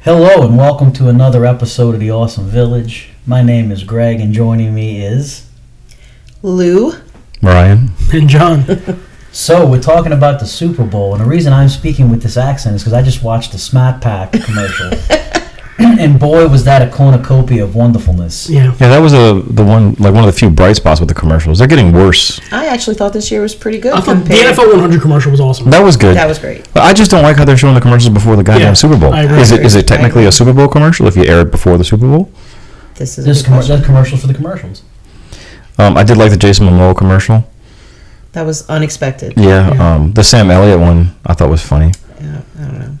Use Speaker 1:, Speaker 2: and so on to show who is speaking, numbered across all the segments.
Speaker 1: Hello and welcome to another episode of the Awesome Village. My name is Greg, and joining me is
Speaker 2: Lou.
Speaker 3: Ryan.
Speaker 4: And John,
Speaker 1: so we're talking about the Super Bowl, and the reason I'm speaking with this accent is because I just watched the Smack Pack commercial, and boy was that a cornucopia of wonderfulness.
Speaker 4: yeah,
Speaker 3: Yeah, that was a the one like one of the few bright spots with the commercials. They're getting worse.
Speaker 2: I actually thought this year was pretty good
Speaker 4: I thought the
Speaker 2: compared.
Speaker 4: NFL 100 commercial was awesome.
Speaker 3: That was good.
Speaker 2: That was great.
Speaker 3: But I just don't like how they're showing the commercials before the goddamn
Speaker 4: Yeah,
Speaker 3: Super Bowl.
Speaker 4: I agree.
Speaker 3: Is it is
Speaker 2: I
Speaker 3: it
Speaker 2: agree.
Speaker 3: technically a Super Bowl commercial if you air it before the Super Bowl?
Speaker 2: This is a
Speaker 1: This
Speaker 2: good
Speaker 1: com-
Speaker 2: question.
Speaker 1: that commercial for the commercials.
Speaker 3: Um, I did like the Jason Momoa commercial.
Speaker 2: that was unexpected.
Speaker 3: Yeah.
Speaker 4: Yeah.
Speaker 3: Um, the Sam Elliott one I thought was funny
Speaker 2: Yeah, I don't know.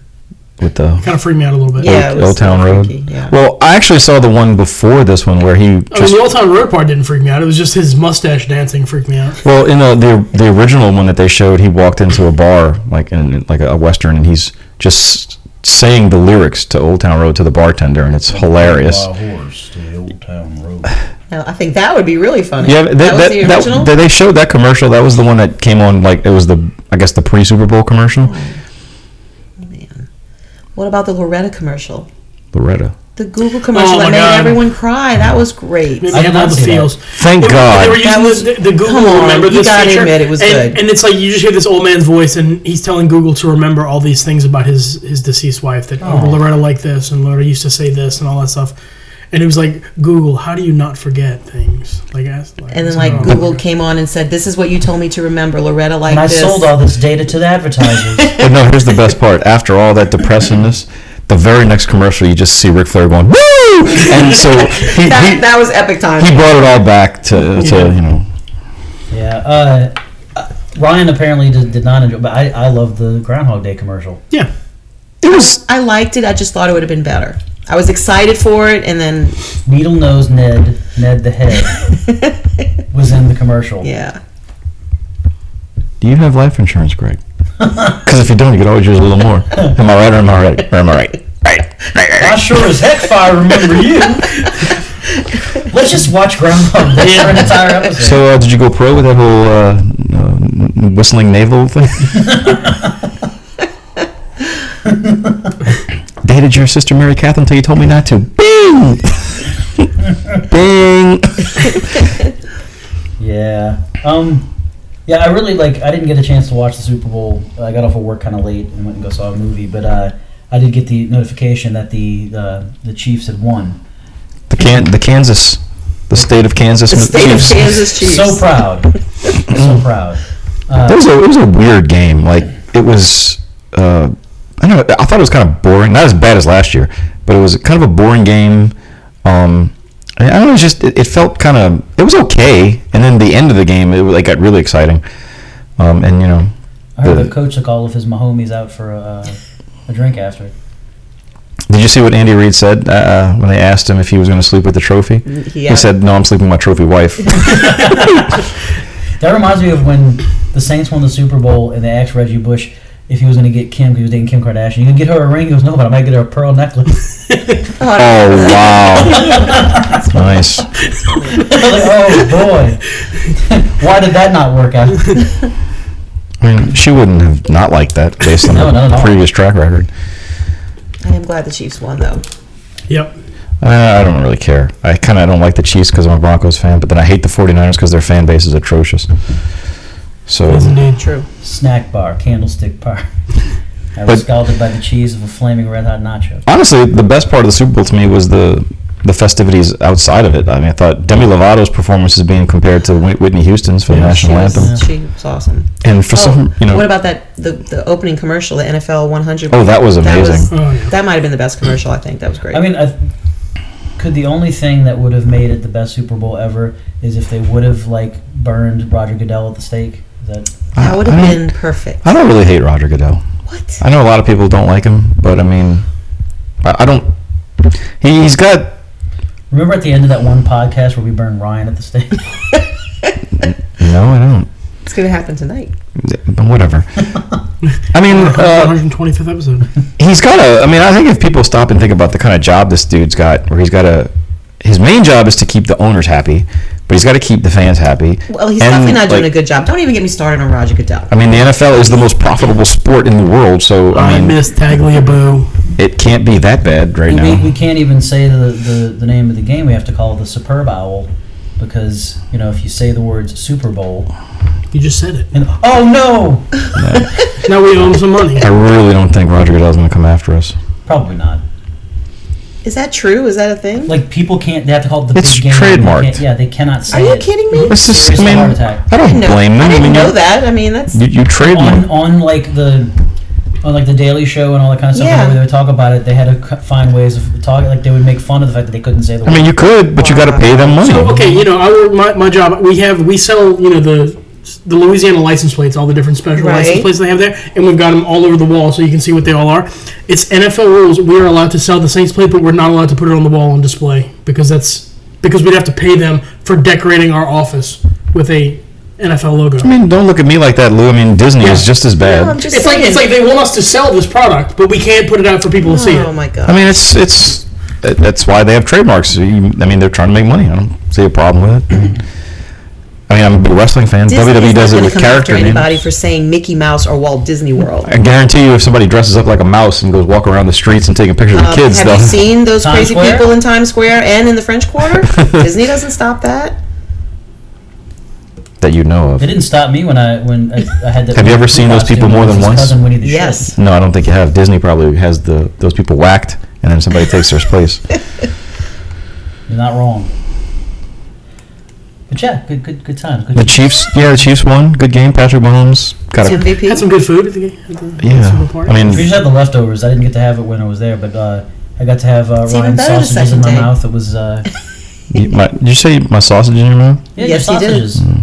Speaker 3: with the
Speaker 4: Kind of freaked me out a little bit.
Speaker 2: Yeah, it was
Speaker 3: Old Town Road.
Speaker 2: freaky, yeah.
Speaker 3: Well, I actually saw the one before this one where he
Speaker 4: I mean,
Speaker 3: just
Speaker 4: the all time road part didn't freak me out. It was just his mustache dancing freaked me out.
Speaker 3: Well, in the, the the original one that they showed, he walked into a bar like in like a western, and he's just saying the lyrics to Old Town Road to the bartender, and it's hilarious.
Speaker 1: horse to the old town road.
Speaker 2: Now, I think that would be really funny.
Speaker 3: Yeah, that,
Speaker 2: that, was
Speaker 3: that,
Speaker 2: the
Speaker 3: that-
Speaker 2: original.
Speaker 3: they showed that commercial. That was the one that came on like it was the I guess the pre Super Bowl commercial.
Speaker 2: Man. What about the Loretta commercial?
Speaker 3: Loretta,
Speaker 2: The Google commercial
Speaker 4: Oh,
Speaker 2: that
Speaker 4: my
Speaker 2: made
Speaker 4: God.
Speaker 2: everyone cry. That was great.
Speaker 4: Maybe
Speaker 1: I did
Speaker 4: have
Speaker 1: not
Speaker 4: all the
Speaker 1: see that.
Speaker 4: feels.
Speaker 3: thank
Speaker 4: They were- They were
Speaker 3: Oh, God.
Speaker 4: using
Speaker 2: That was-
Speaker 4: the, the Google
Speaker 2: come on,
Speaker 4: remember
Speaker 2: you
Speaker 4: this
Speaker 2: gotta
Speaker 4: feature,
Speaker 2: admit it was
Speaker 4: and,
Speaker 2: good.
Speaker 4: and it's like you just hear this old man's voice, and he's telling Google to remember all these things about his his deceased wife that oh, Loretta liked this, and Loretta used to say this, and all that stuff. And it was like Google, how do you not forget things? Like, I, like
Speaker 2: And
Speaker 4: I
Speaker 2: then
Speaker 4: said,
Speaker 2: like
Speaker 4: "Oh,
Speaker 2: Google came on and said, "This is what you told me to remember, Loretta." Like
Speaker 1: And I
Speaker 2: this.
Speaker 1: sold all this data to the advertisers.
Speaker 3: But no, here's the best part. After all that depressingness, the very next commercial, you just see Ric Flair going woo, and so he,
Speaker 2: that,
Speaker 3: he,
Speaker 2: that was epic time.
Speaker 3: he brought it all back to, to you know.
Speaker 1: yeah, uh, uh, Ryan apparently did, did not enjoy, but I I love the Groundhog Day commercial.
Speaker 4: Yeah,
Speaker 3: It was
Speaker 2: I liked it. I just thought it would have been better. I was excited for it, and then
Speaker 1: Needle Nose Ned, Ned the Head, was in the commercial.
Speaker 2: yeah,
Speaker 3: Do you have life insurance, Greg? Because if you don't, you could always use a little more. Am I right or am I right? Or am I right?
Speaker 1: I sure as heck if I remember you. Let's just watch Groundhog Day for an entire episode.
Speaker 3: So, uh, did you go pro with that whole uh, uh, n- whistling navel thing? Dated your sister Mary Kath until you told me not to. Bing! Bing!
Speaker 1: yeah. Um. Yeah, I really like. I didn't get a chance to watch the Super Bowl. I got off of work kind of late and went and go saw a movie, but uh, I did get the notification that the uh, the Chiefs had won.
Speaker 3: The, can- the Kansas, the state of Kansas.
Speaker 2: the state of
Speaker 3: Chiefs.
Speaker 2: Kansas Chiefs.
Speaker 1: So proud. so proud. Uh,
Speaker 3: It was a, it was a weird game. Like it was, uh, I don't know. I thought it was kind of boring. Not as bad as last year, but it was kind of a boring game. Um, I I don't know. It just it, it felt kind of it was okay, and then the end of the game it, like got really exciting. Um, and you know,
Speaker 1: I heard the
Speaker 3: The-
Speaker 1: coach took all of his Mahomes out for a, a drink after.
Speaker 3: did you see what Andy Reid said uh, uh, when they asked him if he was going to sleep with the trophy?
Speaker 2: Yeah.
Speaker 3: He said, "No, I'm sleeping with my trophy wife."
Speaker 1: That reminds me of when the Saints won the Super Bowl and they asked Reggie Bush if he was going to get Kim because he was dating Kim Kardashian. You can get her a ring. He goes, no, but I might get her a pearl necklace.
Speaker 3: oh wow, nice.
Speaker 1: I was like, oh boy, why did that not work out?
Speaker 3: I mean, she wouldn't have not liked that based on
Speaker 1: No,
Speaker 3: her
Speaker 1: not at all.
Speaker 3: previous track record.
Speaker 2: I am glad the Chiefs won, though.
Speaker 4: yep.
Speaker 3: Uh, I don't really care. I kind of don't like the Chiefs because I'm a Broncos fan, but then I hate the 49ers because their fan base is atrocious. So,
Speaker 4: Yes, indeed.
Speaker 2: True.
Speaker 1: Snack bar, candlestick bar. I
Speaker 3: But-
Speaker 1: was scalded by the cheese of a flaming red hot nacho.
Speaker 3: honestly, the best part of the Super Bowl to me was the the festivities outside of it. I mean, I thought Demi Lovato's performance is being compared to Whit- Whitney Houston's for the
Speaker 4: Yeah,
Speaker 2: She
Speaker 3: national
Speaker 2: was,
Speaker 3: anthem,
Speaker 2: she was awesome.
Speaker 3: and for some, you know,
Speaker 2: Oh, what about that the, the opening commercial, the NFL 100?
Speaker 3: Oh, that was amazing.
Speaker 4: Oh, yeah.
Speaker 2: that might have been the best commercial. I think that was great.
Speaker 1: I mean, I, could the only thing that would have made it the best Super Bowl ever is if they would have like burned Roger Goodell at the stake? Is that
Speaker 2: that
Speaker 3: I-
Speaker 2: would
Speaker 3: I
Speaker 2: have
Speaker 3: don't-
Speaker 2: been perfect.
Speaker 3: I don't really hate Roger Goodell.
Speaker 2: What?
Speaker 3: I know a lot of people don't like him, but I mean, I, I don't. He, he's got
Speaker 1: remember at the end of that one podcast where we burned Ryan at the stake?
Speaker 3: no, I don't.
Speaker 2: It's gonna happen tonight.
Speaker 3: But whatever. I mean, uh,
Speaker 4: 125th episode.
Speaker 3: he's got a. I mean, I think if people stop and think about the kind of job this dude's got, where he's got a. His main job is to keep the owners happy, but he's got to keep the fans happy.
Speaker 2: Well, he's
Speaker 3: And,
Speaker 2: definitely not doing a
Speaker 3: like,
Speaker 2: good job. Don't even get me started on Roger Goodell.
Speaker 3: I mean, the NFL is the most profitable sport in the world, so I
Speaker 4: Oh, I
Speaker 3: mean,
Speaker 4: miss Tagliabue.
Speaker 3: it can't be that bad right
Speaker 1: And
Speaker 3: now.
Speaker 1: We, we can't even say the, the, the name of the game. We have to call it the Superb Owl because, you know, if you say the words Super Bowl,
Speaker 4: You just said it.
Speaker 1: and oh no!
Speaker 4: Now we owe him some money.
Speaker 3: I really don't think Roger Goodell's going to come after us.
Speaker 1: Probably not.
Speaker 2: Is that true? Is that a thing?
Speaker 1: Like, people can't, they have to call it the
Speaker 3: It's
Speaker 1: big game. They
Speaker 3: trademarked.
Speaker 1: can't- Yeah, they cannot
Speaker 2: Are
Speaker 1: say
Speaker 2: you
Speaker 1: it.
Speaker 2: kidding me?
Speaker 3: It's just,
Speaker 1: Serious
Speaker 3: I mean,
Speaker 1: heart attack.
Speaker 3: I don't
Speaker 2: didn't know-
Speaker 3: blame them.
Speaker 2: I didn't
Speaker 3: mean,
Speaker 2: know that. I mean, that's
Speaker 3: You, you trademark.
Speaker 1: on on like the on like the Daily Show and all that kind of stuff.
Speaker 2: Yeah.
Speaker 1: Whenever they would talk about it, they had to c- find ways of talking. Like they would make fun of the fact that they couldn't say the
Speaker 3: I
Speaker 1: word.
Speaker 3: mean, you could, but you got to pay them money.
Speaker 4: So okay, you know, I work my, my job. We have we sell you know the the Louisiana license plates, all the different special
Speaker 2: Right.
Speaker 4: license plates they have there, and we've got them all over the wall, so you can see what they all are. It's NFL rules. We are allowed to sell the Saints plate, but we're not allowed to put it on the wall on display because that's because we'd have to pay them for decorating our office with a NFL logo.
Speaker 3: I mean, don't look at me like that, Lou. I mean, Disney is just as bad.
Speaker 2: No, I'm just
Speaker 4: It's like it's like
Speaker 2: saying.
Speaker 4: they want us to sell this product, but we can't put it out for people to see
Speaker 2: Oh
Speaker 4: it.
Speaker 2: my god.
Speaker 3: I mean, it's it's that- that's why they have trademarks. So you- I mean, they're trying to make money. I don't see a problem with it. I mean, I'm a big wrestling fan.
Speaker 2: Disney's
Speaker 3: WWE
Speaker 2: not
Speaker 3: E does it
Speaker 2: gonna
Speaker 3: with
Speaker 2: come
Speaker 3: character
Speaker 2: after
Speaker 3: names.
Speaker 2: anybody for saying Mickey Mouse or Walt Disney World.
Speaker 3: I guarantee you, if somebody dresses up like a mouse and goes walk around the streets and taking pictures
Speaker 2: Um,
Speaker 3: of kids,
Speaker 2: have you
Speaker 3: they'll-
Speaker 2: seen those
Speaker 1: Times
Speaker 2: crazy
Speaker 1: Square?
Speaker 2: people in Times Square and in the French Quarter? Disney doesn't stop that.
Speaker 3: that you know of.
Speaker 1: it didn't stop me when I when I, I had that.
Speaker 3: Have you ever seen those
Speaker 1: costume
Speaker 3: people more
Speaker 1: with
Speaker 3: than
Speaker 1: his
Speaker 3: once?
Speaker 1: Cousin Winnie the
Speaker 2: Yes.
Speaker 3: No, I don't think you have. Disney probably has the those people whacked, and then somebody takes their place.
Speaker 1: Shrew. You're not wrong. But yeah, good good good time. Good
Speaker 3: The Chiefs, yeah, the Chiefs won. Good game. Patrick Mahomes got a
Speaker 2: MVP.
Speaker 4: Had some good food at the, at the at the
Speaker 3: yeah.
Speaker 4: party.
Speaker 3: I
Speaker 1: We just
Speaker 3: mean,
Speaker 1: had the leftovers. I didn't get to have it when I was there, but uh, I got to have uh,
Speaker 2: It's even
Speaker 1: Ryan
Speaker 2: better the
Speaker 1: sausages in my
Speaker 2: second day.
Speaker 1: mouth. It was uh,
Speaker 3: you, my, did you say my sausage in your mouth?
Speaker 1: yeah,
Speaker 2: Yes,
Speaker 1: your
Speaker 2: he did.
Speaker 1: sausages.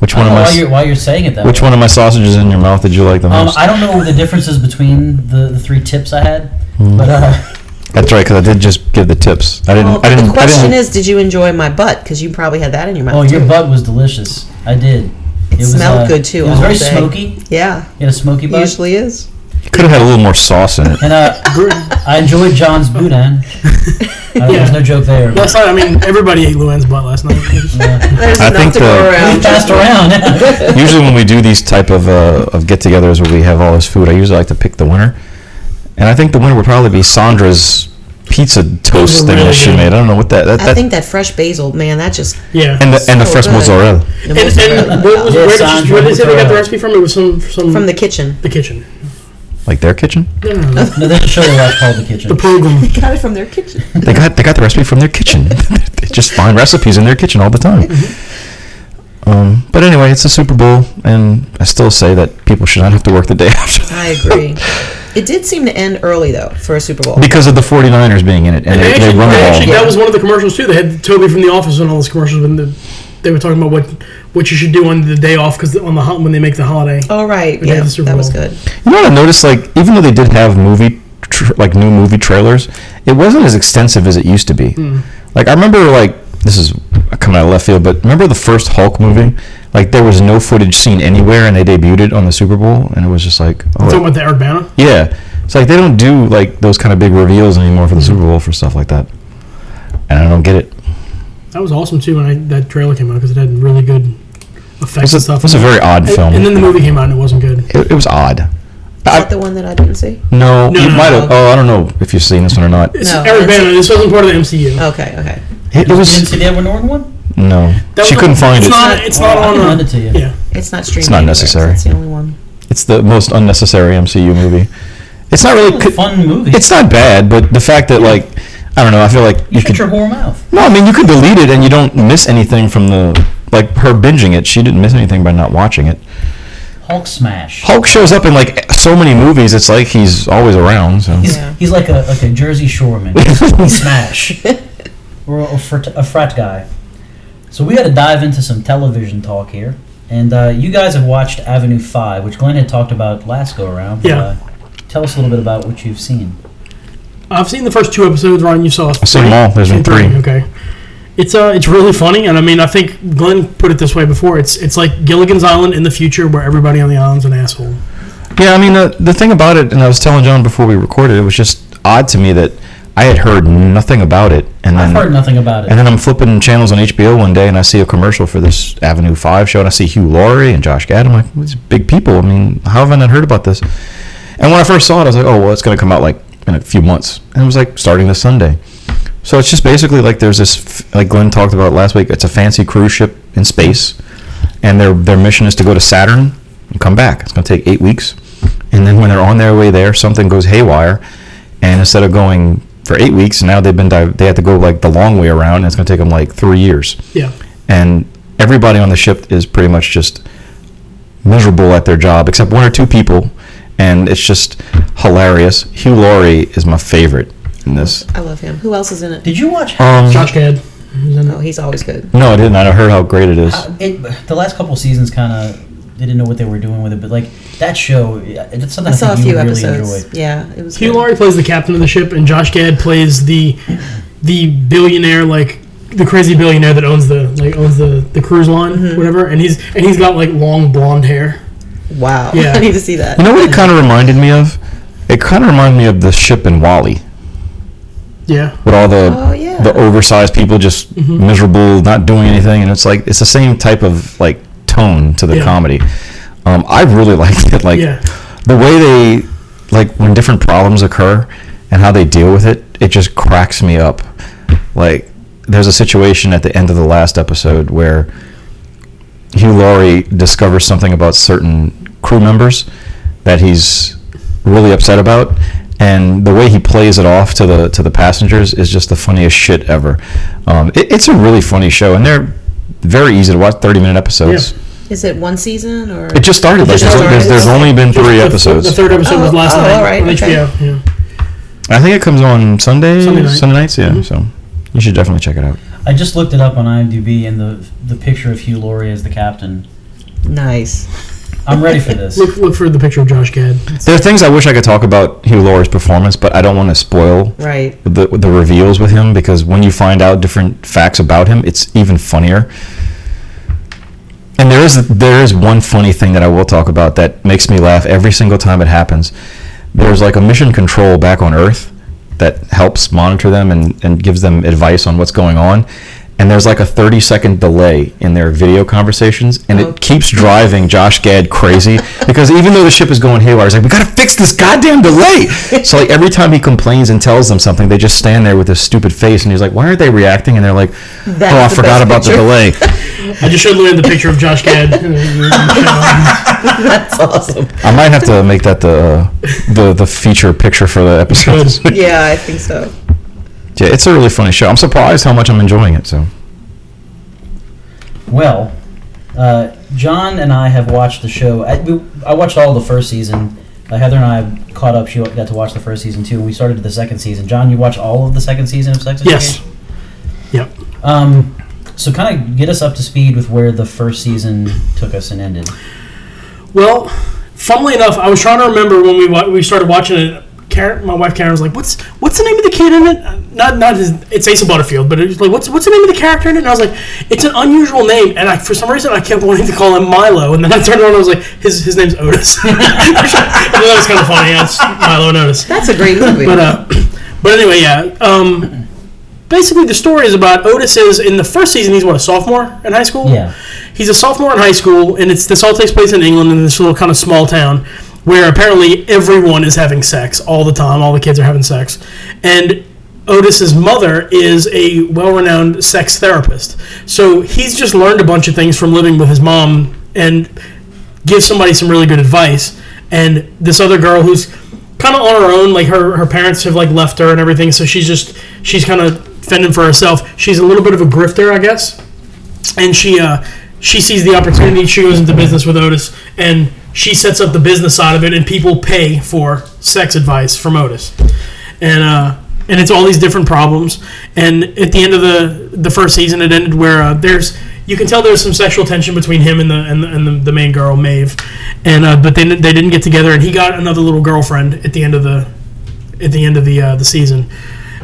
Speaker 3: Which
Speaker 1: I
Speaker 3: one
Speaker 1: don't know
Speaker 2: Oh,
Speaker 3: of my
Speaker 1: why
Speaker 3: s-
Speaker 1: you're why you're saying it that
Speaker 3: which
Speaker 1: way.
Speaker 3: one of my sausages in your mouth did you like the
Speaker 1: Um,
Speaker 3: most?
Speaker 1: I don't know the differences between the, the three tips I had,
Speaker 3: Hmm.
Speaker 1: but uh,
Speaker 3: That's right, because I did just give the tips. I didn't.
Speaker 2: Well,
Speaker 3: I
Speaker 2: Oh, but
Speaker 3: didn't.
Speaker 2: the
Speaker 3: I
Speaker 2: question
Speaker 3: didn't
Speaker 2: is, did you enjoy my butt? Because you probably had that in your mouth.
Speaker 1: Oh, your
Speaker 2: too.
Speaker 1: butt was delicious. I did.
Speaker 2: It smelled good, too,
Speaker 1: It was
Speaker 2: all
Speaker 1: very
Speaker 2: day.
Speaker 1: smoky.
Speaker 2: Yeah,
Speaker 1: You had a smoky butt.
Speaker 2: usually is.
Speaker 3: could have had a little more sauce in it.
Speaker 1: And uh, I enjoyed John's boudin. Uh,
Speaker 4: Yeah.
Speaker 1: There's no joke there.
Speaker 4: Last night, I mean, everybody ate Luann's butt last night.
Speaker 2: There's
Speaker 3: I
Speaker 2: enough
Speaker 3: think
Speaker 2: to go
Speaker 3: the-
Speaker 1: We
Speaker 2: around.
Speaker 1: passed around.
Speaker 3: usually, when we do these type of uh, of get-togethers where we have all this food, I usually like to pick the winner, and I think the winner would probably be Sandra's pizza toast thing that she
Speaker 4: really good.
Speaker 3: made. I don't know what that. that,
Speaker 2: I
Speaker 3: that
Speaker 2: think that fresh basil, man, that just.
Speaker 4: Yeah.
Speaker 3: and the, and the
Speaker 2: so
Speaker 3: fresh
Speaker 2: good.
Speaker 3: mozzarella.
Speaker 2: the
Speaker 4: And,
Speaker 2: most
Speaker 4: and what was,
Speaker 1: Yeah,
Speaker 4: where, did you,
Speaker 1: Sandra
Speaker 4: where did you say they got the
Speaker 1: Butera.
Speaker 4: recipe from? It was some some
Speaker 2: from the kitchen.
Speaker 4: the kitchen.
Speaker 3: Like their kitchen,
Speaker 4: No, no, no.
Speaker 1: no, there's a show that's called The
Speaker 4: the
Speaker 1: Kitchen.
Speaker 4: program.
Speaker 2: Got it from their kitchen.
Speaker 3: they got they got the recipe from their kitchen. they just find recipes in their kitchen all the time. Um, but anyway, it's the Super Bowl, and I still say that people should not have to work the day after.
Speaker 2: I agree. It did seem to end early though for a Super Bowl.
Speaker 3: because of the 49ers being in it and they, they
Speaker 4: actually,
Speaker 3: run
Speaker 4: they
Speaker 3: the
Speaker 4: actually-
Speaker 3: ball.
Speaker 4: that was one of the commercials too. They had Toby from The Office on all those commercials when the, they were talking about what what you should do on the day off because on the ho- when they make the holiday.
Speaker 2: Oh right,
Speaker 4: But they had
Speaker 2: yeah,
Speaker 4: the Super
Speaker 2: that was
Speaker 4: Bowl.
Speaker 2: good.
Speaker 3: You know what I noticed? Like even though they did have movie, tr- like new movie trailers, it wasn't as extensive as it used to be.
Speaker 4: Hmm.
Speaker 3: Like I remember, like this is coming out of left field, but remember the first Hulk movie? Like there was no footage seen anywhere, and they debuted it on the Super Bowl, and it was just like, oh
Speaker 4: Talking about the Urbana.
Speaker 3: yeah. It's like they don't do like those kind of big reveals anymore
Speaker 4: Hmm.
Speaker 3: for the Super Bowl for stuff like that, and I don't get it.
Speaker 4: That was awesome too when I, that trailer came out because it had really good effects
Speaker 3: It's a,
Speaker 4: and stuff.
Speaker 3: it's a very odd
Speaker 4: and,
Speaker 3: film.
Speaker 4: and then the movie came out and it wasn't good.
Speaker 3: it, it was odd.
Speaker 2: Is that the one that I didn't see?
Speaker 3: No,
Speaker 4: No,
Speaker 3: you
Speaker 4: no,
Speaker 3: might
Speaker 2: no.
Speaker 3: have. Oh, I don't know if you've seen this one or not.
Speaker 4: It's
Speaker 2: No,
Speaker 4: Eric
Speaker 2: it's-
Speaker 4: Bana. This wasn't part of the MCU.
Speaker 2: Okay, okay.
Speaker 3: It, it
Speaker 1: You
Speaker 3: was
Speaker 1: didn't see the Edward Norton one?
Speaker 3: No,
Speaker 4: That
Speaker 3: she
Speaker 4: was-
Speaker 3: couldn't find
Speaker 4: it's
Speaker 3: it.
Speaker 4: Not, it's not
Speaker 1: Well, I
Speaker 4: on.
Speaker 1: can
Speaker 4: uh,
Speaker 1: lend it to you.
Speaker 4: Yeah.
Speaker 2: It's not streaming.
Speaker 3: not
Speaker 2: anywhere, so
Speaker 3: necessary.
Speaker 2: It's the only one.
Speaker 3: it's the most unnecessary MCU movie. It's not really.
Speaker 1: It was a fun movie.
Speaker 3: Oh, It's not bad, but the fact that like, I don't know. I feel like
Speaker 1: you
Speaker 3: you
Speaker 1: shut
Speaker 3: could.
Speaker 1: your whore mouth.
Speaker 3: No, I mean you could delete it and you don't miss anything from the like her binging it. She didn't miss anything by not watching it.
Speaker 1: Hulk smash.
Speaker 3: Hulk shows up in like so many movies. It's like he's always around. So
Speaker 1: He's,
Speaker 2: Yeah.
Speaker 1: he's like a like a Jersey Shoreman. He smash. Or a frat, a frat guy. So we got to dive into some television talk here, and uh, you guys have watched Avenue Five, which Glenn had talked about last go around.
Speaker 4: Yeah.
Speaker 1: Uh, tell us a little bit about what you've seen.
Speaker 4: I've seen the first two episodes. Ron, you saw.
Speaker 3: I've seen them all. There's been three.
Speaker 4: Okay. It's uh, it's really funny, and I mean, I think Glenn put it this way before. It's it's like Gilligan's Island in the future, where everybody on the island's an asshole.
Speaker 3: Mm-hmm. Yeah, I mean the the thing about it, and I was telling John before we recorded, it was just odd to me that I had heard nothing about it, and
Speaker 1: I've
Speaker 3: then
Speaker 1: heard nothing about
Speaker 3: And
Speaker 1: it.
Speaker 3: then I'm flipping channels on HBO one day, and I see a commercial for this Avenue Five show, and I see Hugh Laurie and Josh Gad. I'm like, these are big people. I mean, how have I not heard about this? And when I first saw it, I was like, oh well, it's going to come out like in a few months. And it was like starting this Sunday. So it's just basically like there's this, f- like Glenn talked about last week, it's a fancy cruise ship in space. And their, their mission is to go to Saturn and come back. It's going to take eight weeks. And then when they're on their way there, something goes haywire. And instead of going for eight weeks, now they've been, di- they have to go like the long way around. And it's going to take them like three years
Speaker 4: Yeah.
Speaker 3: and everybody on the ship is pretty much just miserable at their job except one or two people and it's just hilarious hugh laurie is my favorite in this
Speaker 2: I love him. Who else is in it?
Speaker 1: Did you watch?
Speaker 3: um
Speaker 4: Josh Gad. He's in it.
Speaker 2: Oh, he's always good.
Speaker 3: no i didn't i heard how great it is
Speaker 1: Uh, it, the last couple seasons kind of didn't know what they were doing with it, but like that show, it's something
Speaker 2: I
Speaker 1: I,
Speaker 2: saw a
Speaker 1: think you
Speaker 2: few
Speaker 1: really
Speaker 2: episodes.
Speaker 1: enjoyed.
Speaker 2: Yeah, it was.
Speaker 4: Hugh
Speaker 2: good.
Speaker 4: Laurie plays the captain of the ship, and Josh Gad plays the the billionaire, like the crazy billionaire that owns the like owns the, the cruise line,
Speaker 1: Mm-hmm.
Speaker 4: whatever. And he's and he's got like long blonde hair.
Speaker 2: Wow.
Speaker 4: Yeah.
Speaker 2: I need to see that.
Speaker 3: you know what it kind of reminded me of it kind of reminded me of the ship in wally
Speaker 4: Yeah,
Speaker 3: with all the
Speaker 2: Oh, yeah.
Speaker 3: the oversized people just
Speaker 4: Mm-hmm.
Speaker 3: miserable, not doing anything, and it's like it's the same type of like tone to the
Speaker 4: Yeah.
Speaker 3: comedy. Um, I really liked it, like
Speaker 4: Yeah.
Speaker 3: the way they like when different problems occur and how they deal with it. It just cracks me up. Like there's a situation at the end of the last episode where Hugh Laurie discovers something about certain crew members that he's really upset about, and the way he plays it off to the to the passengers is just the funniest shit ever. Um, it, it's a really funny show, and they're very easy to watch. Thirty minute episodes.
Speaker 2: Is it one season or?
Speaker 3: It just started. Like
Speaker 2: It just
Speaker 3: there's, there's,
Speaker 2: started.
Speaker 3: there's only been three
Speaker 4: The-
Speaker 3: episodes.
Speaker 4: The, third episode was
Speaker 2: Oh,
Speaker 4: last
Speaker 2: oh,
Speaker 4: night
Speaker 2: all right,
Speaker 4: on
Speaker 2: okay.
Speaker 4: HBO. Yeah.
Speaker 3: I think it comes on Sundays,
Speaker 4: Sunday
Speaker 3: Sunday,
Speaker 4: night.
Speaker 3: nights. Yeah, so you should definitely check it out.
Speaker 1: I just looked it up on IMDb, and the the picture of Hugh Laurie as the captain.
Speaker 2: nice.
Speaker 1: I'm ready for this.
Speaker 4: Look look for the picture of Josh Gad.
Speaker 3: There are things I wish I could talk about Hugh Laurie's performance, but I don't want to spoil
Speaker 2: Right.
Speaker 3: the the reveals with him because when you find out different facts about him, it's even funnier. And there is there is one funny thing that I will talk about that makes me laugh every single time it happens. There's like a mission control back on Earth that helps monitor them and, and gives them advice on what's going on. And there's like a 30 second delay in their video conversations, and
Speaker 2: Oh.
Speaker 3: it keeps driving Josh Gad crazy because even though the ship is going haywire, he's like, "We gotta fix this goddamn delay." So like every time he complains and tells them something, they just stand there with this stupid face, and he's like, "Why aren't they reacting?" And they're like,
Speaker 2: That's
Speaker 3: "Oh, I
Speaker 2: the
Speaker 3: forgot
Speaker 2: best
Speaker 3: about the
Speaker 2: picture."
Speaker 3: delay."
Speaker 4: I just showed Lynn the picture of Josh Gad.
Speaker 2: That's awesome.
Speaker 3: I might have to make that the uh, the the feature picture for the episode.
Speaker 2: Yeah, I think so.
Speaker 3: yeah, it's a really funny show. I'm surprised how much I'm enjoying it. So
Speaker 1: Well, uh, John and I have watched the show. I, we, I watched all the first season. Uh, Heather and I caught up. She got to watch the first season too. and We started the second season. John, you watched all of the second season of Sex Education?
Speaker 4: yes. Yep.
Speaker 1: Um, so kind of get us up to speed with where the first season took us and ended.
Speaker 4: Well, funnily enough, I was trying to remember when we wa- we started watching it. Karen, my wife Karen was like, "What's what's the name of the kid in it? Uh, Not not his. It's Asa Butterfield, but it was like, what's what's the name of the character in it?" And I was like, "It's an unusual name," and I for some reason I kept wanting to call him Milo, and then I turned around and I was like, "His his name's Otis." and that was kind of funny. Yeah, it's Milo and Otis.
Speaker 2: That's a great movie.
Speaker 4: But uh, but anyway, yeah. Um, basically, the story is about Otis is in the first season. He's what a sophomore in high school.
Speaker 1: Yeah.
Speaker 4: He's a sophomore in high school, and it's this all takes place in England in this little kind of small town where apparently everyone is having sex all the time. All the kids are having sex, and Otis's mother is a well-renowned sex therapist. So he's just learned a bunch of things from living with his mom and give somebody some really good advice. And this other girl who's kind of on her own, like her, her parents have like left her and everything, so she's just she's kind of fending for herself. She's a little bit of a grifter, I guess. And she uh, she sees the opportunity. She goes into business with Otis, and she sets up the business side of it, and people pay for sex advice from Otis. And uh, and it's all these different problems. And at the end of the the first season, it ended where uh, there's you can tell there's some sexual tension between him and the and the, and the, the main girl Maeve, and uh, but they, they didn't get together, and he got another little girlfriend at the end of the at the end of the uh, the season,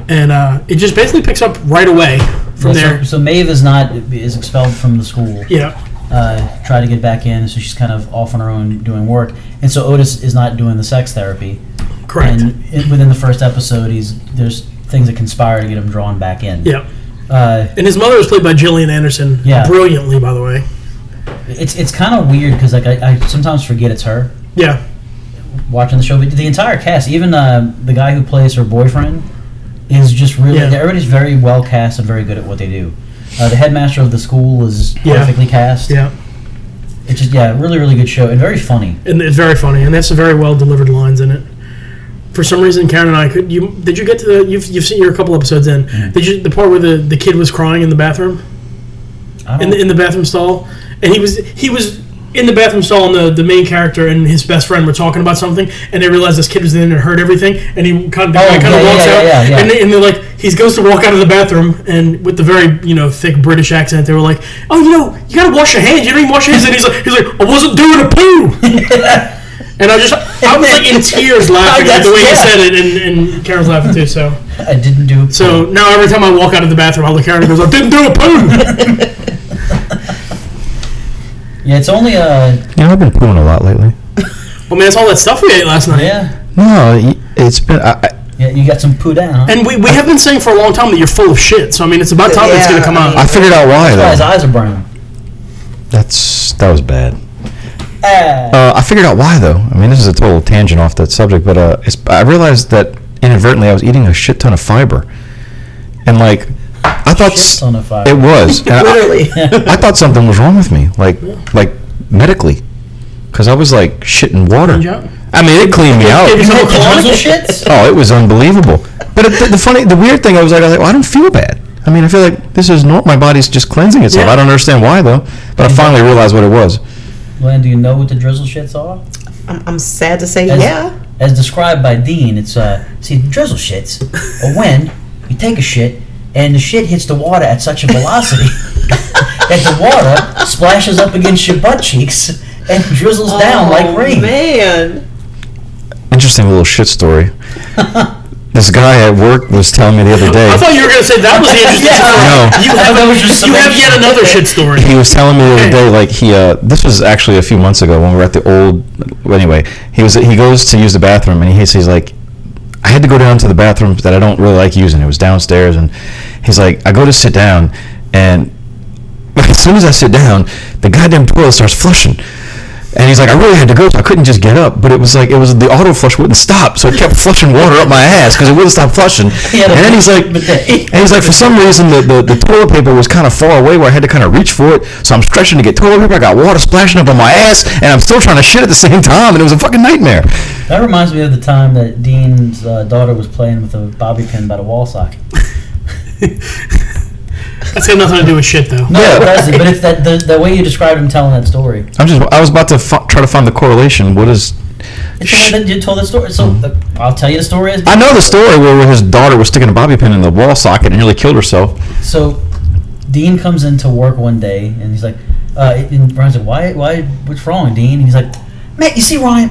Speaker 4: and uh, it just basically picks up right away from
Speaker 1: Yeah, so-
Speaker 4: there.
Speaker 1: So, Maeve is not is expelled from the school.
Speaker 4: Yeah,
Speaker 1: Uh, try to get back in, so she's kind of off on her own doing work, and so Otis is not doing the sex therapy.
Speaker 4: correct.
Speaker 1: And it, within the first episode, he's there's things that conspire to get him drawn back in.
Speaker 4: yeah,
Speaker 1: Uh,
Speaker 4: and his mother was played by Gillian Anderson,
Speaker 1: Yeah.
Speaker 4: brilliantly by the way.
Speaker 1: it's it's kind of weird because like I, I sometimes forget it's her
Speaker 4: Yeah,
Speaker 1: watching the show, but the entire cast, even uh, the guy who plays her boyfriend, is just really
Speaker 4: Yeah.
Speaker 1: everybody's very well cast and very good at what they do. Uh, the headmaster of the school is
Speaker 4: Yeah.
Speaker 1: perfectly cast.
Speaker 4: Yeah,
Speaker 1: It's just yeah, really really good show and very funny.
Speaker 4: and it's very funny, and that's some very well delivered lines in it. For some reason, Karen and I could you did you get to the you've, you've seen you're a couple episodes in did you the part where the, the kid was crying in the bathroom
Speaker 1: I
Speaker 4: in
Speaker 1: don't,
Speaker 4: the in the bathroom stall and he was he was in the bathroom stall and the, the main character and his best friend were talking about something and they realized this kid was in there and heard everything and he kind of, the
Speaker 1: Oh,
Speaker 4: guy kind
Speaker 1: yeah,
Speaker 4: of
Speaker 1: yeah,
Speaker 4: walks
Speaker 1: yeah,
Speaker 4: out
Speaker 1: yeah, yeah.
Speaker 4: And, they, and they're like he goes to walk out of the bathroom and with the very you know thick British accent they were like oh you know you gotta wash your hands you don't even wash your hands and he's like he's like I wasn't doing a poo and I just I was like in tears laughing at the way he
Speaker 1: That's-
Speaker 4: said it and, and Karen's laughing too so
Speaker 1: I didn't do it.
Speaker 4: so now every time I walk out of the bathroom I'll look at her and goes I didn't do a poo
Speaker 1: yeah, it's only uh
Speaker 3: Yeah, I've been pooing a lot lately.
Speaker 4: I mean that's all that stuff we ate last night
Speaker 1: yeah
Speaker 3: No, y- it's been. I, I,
Speaker 1: yeah you got some poo down. Huh?
Speaker 4: And we, we have been saying for a long time that you're full of shit. So I mean, it's about time it's going to come out.
Speaker 3: I figured out why
Speaker 1: That's why his
Speaker 3: though.
Speaker 1: eyes are brown.
Speaker 3: That's that was bad.
Speaker 1: Ah.
Speaker 3: Uh, I figured out why though. I mean, this is a total tangent off that subject, but uh, it's, I realized that inadvertently I was eating a shit ton of fiber, and like I thought s-
Speaker 1: Son of
Speaker 3: it
Speaker 1: a.
Speaker 3: was. And I-
Speaker 2: Literally.
Speaker 3: I thought something was wrong with me, like like medically, because I was like shitting water.
Speaker 4: Cleaned you out?
Speaker 3: I mean, it cleaned me out.
Speaker 4: Gave yourself a colonic?
Speaker 1: Tonsil shits.
Speaker 3: Oh, it was unbelievable. But it, the, the funny, the weird thing, I was like, I was like, well, I don't feel bad. I mean, I feel like this is normal. My body's just cleansing itself.
Speaker 4: Yeah.
Speaker 3: I don't understand why though. But I finally realized what it was.
Speaker 1: Glenn, do you know what the drizzle shits are?
Speaker 2: I'm, I'm sad to say,
Speaker 1: As-
Speaker 2: yeah.
Speaker 1: As described by Dean, it's uh, see, drizzle shits are when you take a shit and the shit hits the water at such a velocity that the water splashes up against your butt cheeks and drizzles down like rain.
Speaker 2: Oh, man.
Speaker 3: Interesting little shit story. this guy at work was telling me the other day.
Speaker 4: I thought you were going to say that was the interesting story.
Speaker 3: no.
Speaker 4: You
Speaker 1: I
Speaker 4: have,
Speaker 1: thought that was just
Speaker 4: you have
Speaker 1: some-
Speaker 4: yet another shit story.
Speaker 3: he was telling me the other day, like he, uh, this was actually a few months ago when we were at the old. Anyway, he was he goes to use the bathroom and he he's like, I had to go down to the bathroom that I don't really like using. It was downstairs, and he's like, I go to sit down, and as soon as I sit down, the goddamn toilet starts flushing. And he's like, I really had to go, so I couldn't just get up. But it was like, it was the auto flush wouldn't stop, so it kept flushing water up my ass because it wouldn't stop flushing.
Speaker 1: He had a
Speaker 3: and then he's like,
Speaker 1: bidet.
Speaker 3: and he's like, for some reason, the, the, the toilet paper was kind of far away where I had to kind of reach for it. So I'm stretching to get toilet paper. I got water splashing up on my ass, and I'm still trying to shit at the same time. And it was a fucking nightmare.
Speaker 1: That reminds me of the time that Dean's uh, daughter was playing with a bobby pin by the wall socket.
Speaker 4: That's got nothing to do with shit, though.
Speaker 1: No,
Speaker 3: Yeah.
Speaker 1: it doesn't. But it's that the, the way you described him telling that story.
Speaker 3: I'm just, I was about to f- try to find the correlation. What is.
Speaker 1: It's the way that you told that story. So uh, I'll tell you the story. As
Speaker 3: I know the story where his daughter was sticking a bobby pin in the wall socket and nearly killed herself.
Speaker 1: So Dean comes into work one day and he's like, uh, and Ryan's like, why, why, what's wrong, Dean? He's like, Matt, you see, Ryan,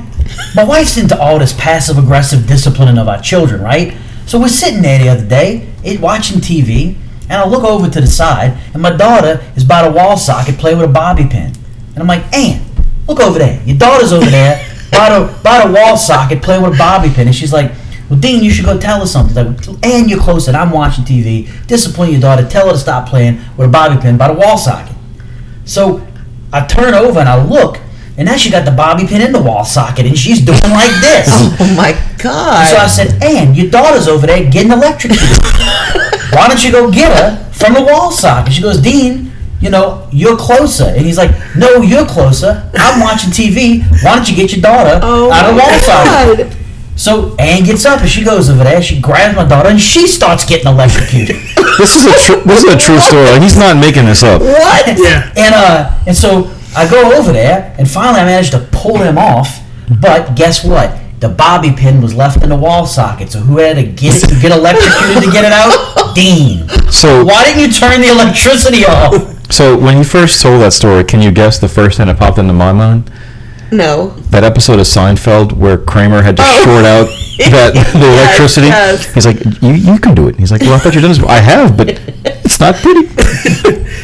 Speaker 1: my wife's into all this passive aggressive disciplining of our children, right? So we're sitting there the other day, it, watching TV, and I look over to the side, and my daughter is by the wall socket playing with a bobby pin. And I'm like, Ann, look over there. Your daughter's over there by the, by the wall socket playing with a bobby pin. And she's like, well, Dean, you should go tell her something. Like, and you're close, and I'm watching TV. Discipline your daughter. Tell her to stop playing with a bobby pin by the wall socket. So I turn over and I look, and now she got the bobby pin in the wall socket, and she's doing like this.
Speaker 2: Oh my God.
Speaker 1: so I said, Ann, your daughter's over there getting electrocuted. Why don't you go get her from the wall socket? She goes, Dean, you know, you're closer. And he's like, No, you're closer. I'm watching TV. Why don't you get your daughter
Speaker 2: oh
Speaker 1: out of the
Speaker 2: my
Speaker 1: wall socket?
Speaker 2: God.
Speaker 1: So Anne gets up and she goes over there. She grabs my daughter and she starts getting electrocuted.
Speaker 3: This is a tru- this is a true story. Like, he's not making this up.
Speaker 1: what?
Speaker 4: Yeah.
Speaker 1: And uh, and so I go over there and finally I manage to pull him off. But guess what? The bobby pin was left in the wall socket. So who had to get it, get electrocuted to get it out? Dean.
Speaker 3: So
Speaker 1: Why didn't you turn the electricity off?
Speaker 3: so when you first told that story, can you guess the first thing that popped into my mind?
Speaker 2: No.
Speaker 3: That episode of Seinfeld where Kramer had to
Speaker 2: Oh.
Speaker 3: short out that the
Speaker 2: Yes,
Speaker 3: electricity.
Speaker 2: yes.
Speaker 3: He's like, you, you can do it. He's like, well, I thought you done this. I have, but it's not pretty.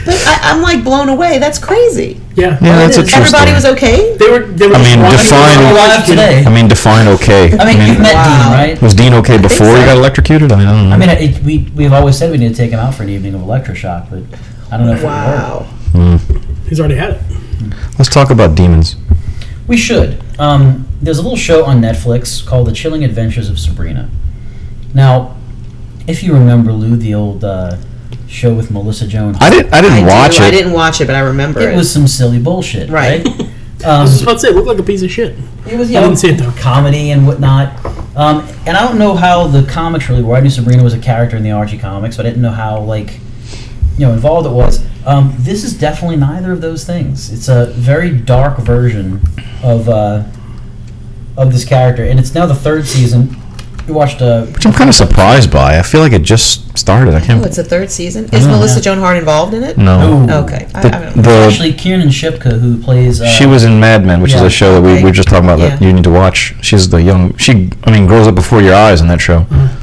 Speaker 2: But I, I'm like blown away. That's crazy.
Speaker 4: Yeah.
Speaker 3: Yeah, that's a true
Speaker 2: Everybody
Speaker 3: story.
Speaker 2: was okay?
Speaker 4: They were. They were
Speaker 3: I
Speaker 4: just
Speaker 3: mean,
Speaker 4: wandering
Speaker 3: define-
Speaker 4: around
Speaker 1: Alive today.
Speaker 3: I mean, define okay.
Speaker 1: I mean, you've met
Speaker 2: Wow.
Speaker 1: Dean, right?
Speaker 3: was Dean okay before he
Speaker 2: so.
Speaker 3: got electrocuted? I mean, I don't know.
Speaker 1: I mean, it, we we've always said we need to take him out for an evening of electroshock, but I don't know if it would work.
Speaker 2: Wow.
Speaker 3: Hmm.
Speaker 4: He's already had it.
Speaker 3: Let's talk about demons.
Speaker 1: We should. Um, there's a little show on Netflix called The Chilling Adventures of Sabrina. Now, if you remember Lou, the old uh, show with Melissa Joan,
Speaker 3: I didn't. I didn't
Speaker 2: I
Speaker 3: watch
Speaker 2: do.
Speaker 3: it.
Speaker 2: I didn't watch it, but I remember it.
Speaker 1: it was some silly bullshit,
Speaker 2: Right.
Speaker 1: right?
Speaker 4: I
Speaker 1: um,
Speaker 4: was just about to say, it looked like a piece of shit.
Speaker 1: it was, you
Speaker 4: I
Speaker 1: know,
Speaker 4: didn't see it, though.
Speaker 1: comedy and whatnot. Um, and I don't know how the comics really were. I knew Sabrina was a character in the Archie comics, but I didn't know how like you know involved it was. Um, this is definitely neither of those things. It's a very dark version of uh, of this character, and it's now the third season. We watched uh,
Speaker 3: Which I'm kind of surprised by. I feel like it just started. I
Speaker 2: oh,
Speaker 3: can't.
Speaker 2: it's the third season. Is
Speaker 3: Yeah.
Speaker 2: Melissa Joan Hart involved in it?
Speaker 3: No.
Speaker 1: No.
Speaker 2: Okay. I, I
Speaker 3: The,
Speaker 2: don't know.
Speaker 3: the,
Speaker 1: actually Kiernan Shipka, who plays. Uh,
Speaker 3: she was in Mad Men, which is
Speaker 1: Yeah.
Speaker 3: a show that we, we were just talking about that
Speaker 2: Yeah.
Speaker 3: you need to watch. She's the young. She, I mean, grows up before your eyes in that show.
Speaker 1: uh,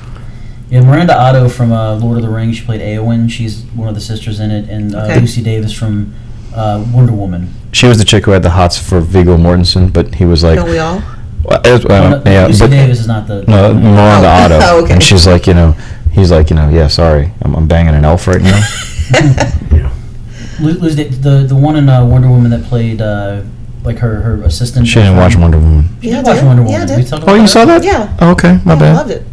Speaker 1: Yeah, Miranda Otto from uh, Lord of the Rings. She played Eowyn. She's one of the sisters in it, and uh,
Speaker 2: Okay.
Speaker 1: Lucy Davis from uh, Wonder Woman.
Speaker 3: She was the chick who had the hots for Viggo Mortensen, but he was like,
Speaker 2: Don't we all?
Speaker 3: Well, it was- well,
Speaker 1: No, no,
Speaker 3: yeah,
Speaker 1: Lucy
Speaker 3: but
Speaker 1: Davis is not the.
Speaker 3: no, Miranda
Speaker 2: Oh,
Speaker 3: Otto,
Speaker 2: oh, okay.
Speaker 3: and she's like, you know, he's like, you know, yeah, sorry, I'm, I'm banging an elf right now.
Speaker 1: Lu- Lu- the, the the one in uh, Wonder Woman that played uh, like her her assistant.
Speaker 3: she didn't watch Wonder Woman.
Speaker 1: She
Speaker 2: Yeah,
Speaker 1: did
Speaker 2: I
Speaker 1: watch
Speaker 2: did.
Speaker 1: Wonder
Speaker 2: Yeah, I
Speaker 1: Woman.
Speaker 2: did.
Speaker 1: We talked
Speaker 3: Oh,
Speaker 1: about
Speaker 3: you saw that?
Speaker 2: Yeah.
Speaker 3: Oh, okay, my
Speaker 2: yeah, I
Speaker 3: bad.
Speaker 2: loved it.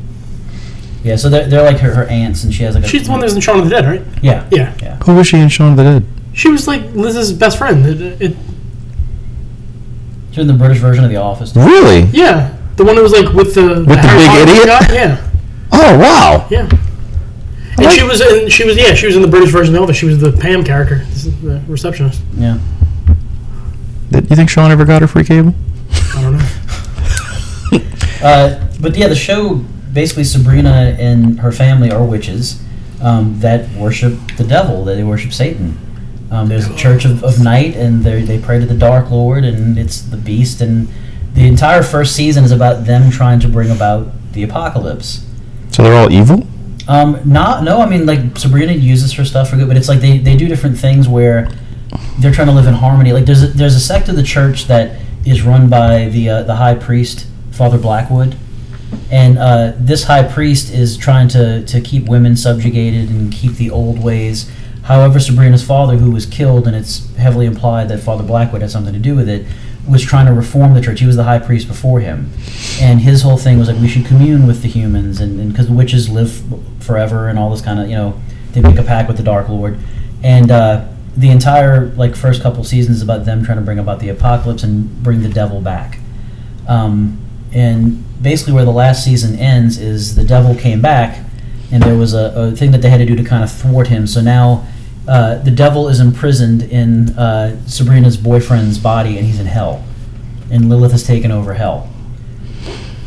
Speaker 1: Yeah, so they're, they're like her, her aunts, and she has like. A,
Speaker 4: She's the one that was in Shaun of the Dead, right?
Speaker 1: Yeah.
Speaker 4: Yeah.
Speaker 3: Who was she in Shaun of the Dead?
Speaker 4: She was like Liz's best friend. It- it-
Speaker 1: She's in the British version of The Office.
Speaker 3: Really?
Speaker 4: yeah. The one that was like with the
Speaker 3: the
Speaker 4: Harry
Speaker 3: big
Speaker 4: Potter
Speaker 3: idiot?
Speaker 4: guy? Yeah.
Speaker 3: Oh wow!
Speaker 4: Yeah. And she was in she was yeah, she was in the British version of Elvis. She was the Pam character, this is the receptionist.
Speaker 1: Yeah.
Speaker 3: Did you think Shaun ever got her free cable?
Speaker 4: I don't know.
Speaker 1: Uh, but yeah, the show basically Sabrina and her family are witches um, that worship the devil. That they worship Satan. Um, there's a church of, of night, and they they pray to the Dark Lord, and it's the beast. And the entire first season is about them trying to bring about the apocalypse.
Speaker 3: So they're all evil.
Speaker 1: Um, not no, I mean like Sabrina uses her stuff for good, but it's like they, they do different things where they're trying to live in harmony. Like there's a, there's a sect of the church that is run by the uh, the high priest Father Blackwood, and uh, this high priest is trying to to keep women subjugated and keep the old ways. However, Sabrina's father, who was killed, and it's heavily implied that Father Blackwood had something to do with it, was trying to reform the church. He was the high priest before him and his whole thing was like we should commune with the humans and because the witches live forever and all this kind of you know they make a pact with the dark lord and uh, the entire like first couple seasons is about them trying to bring about the apocalypse and bring the devil back um, and basically where the last season ends is the devil came back and there was a, a thing that they had to do to kind of thwart him so now uh, the devil is imprisoned in uh, sabrina's boyfriend's body and he's in hell and lilith has taken over hell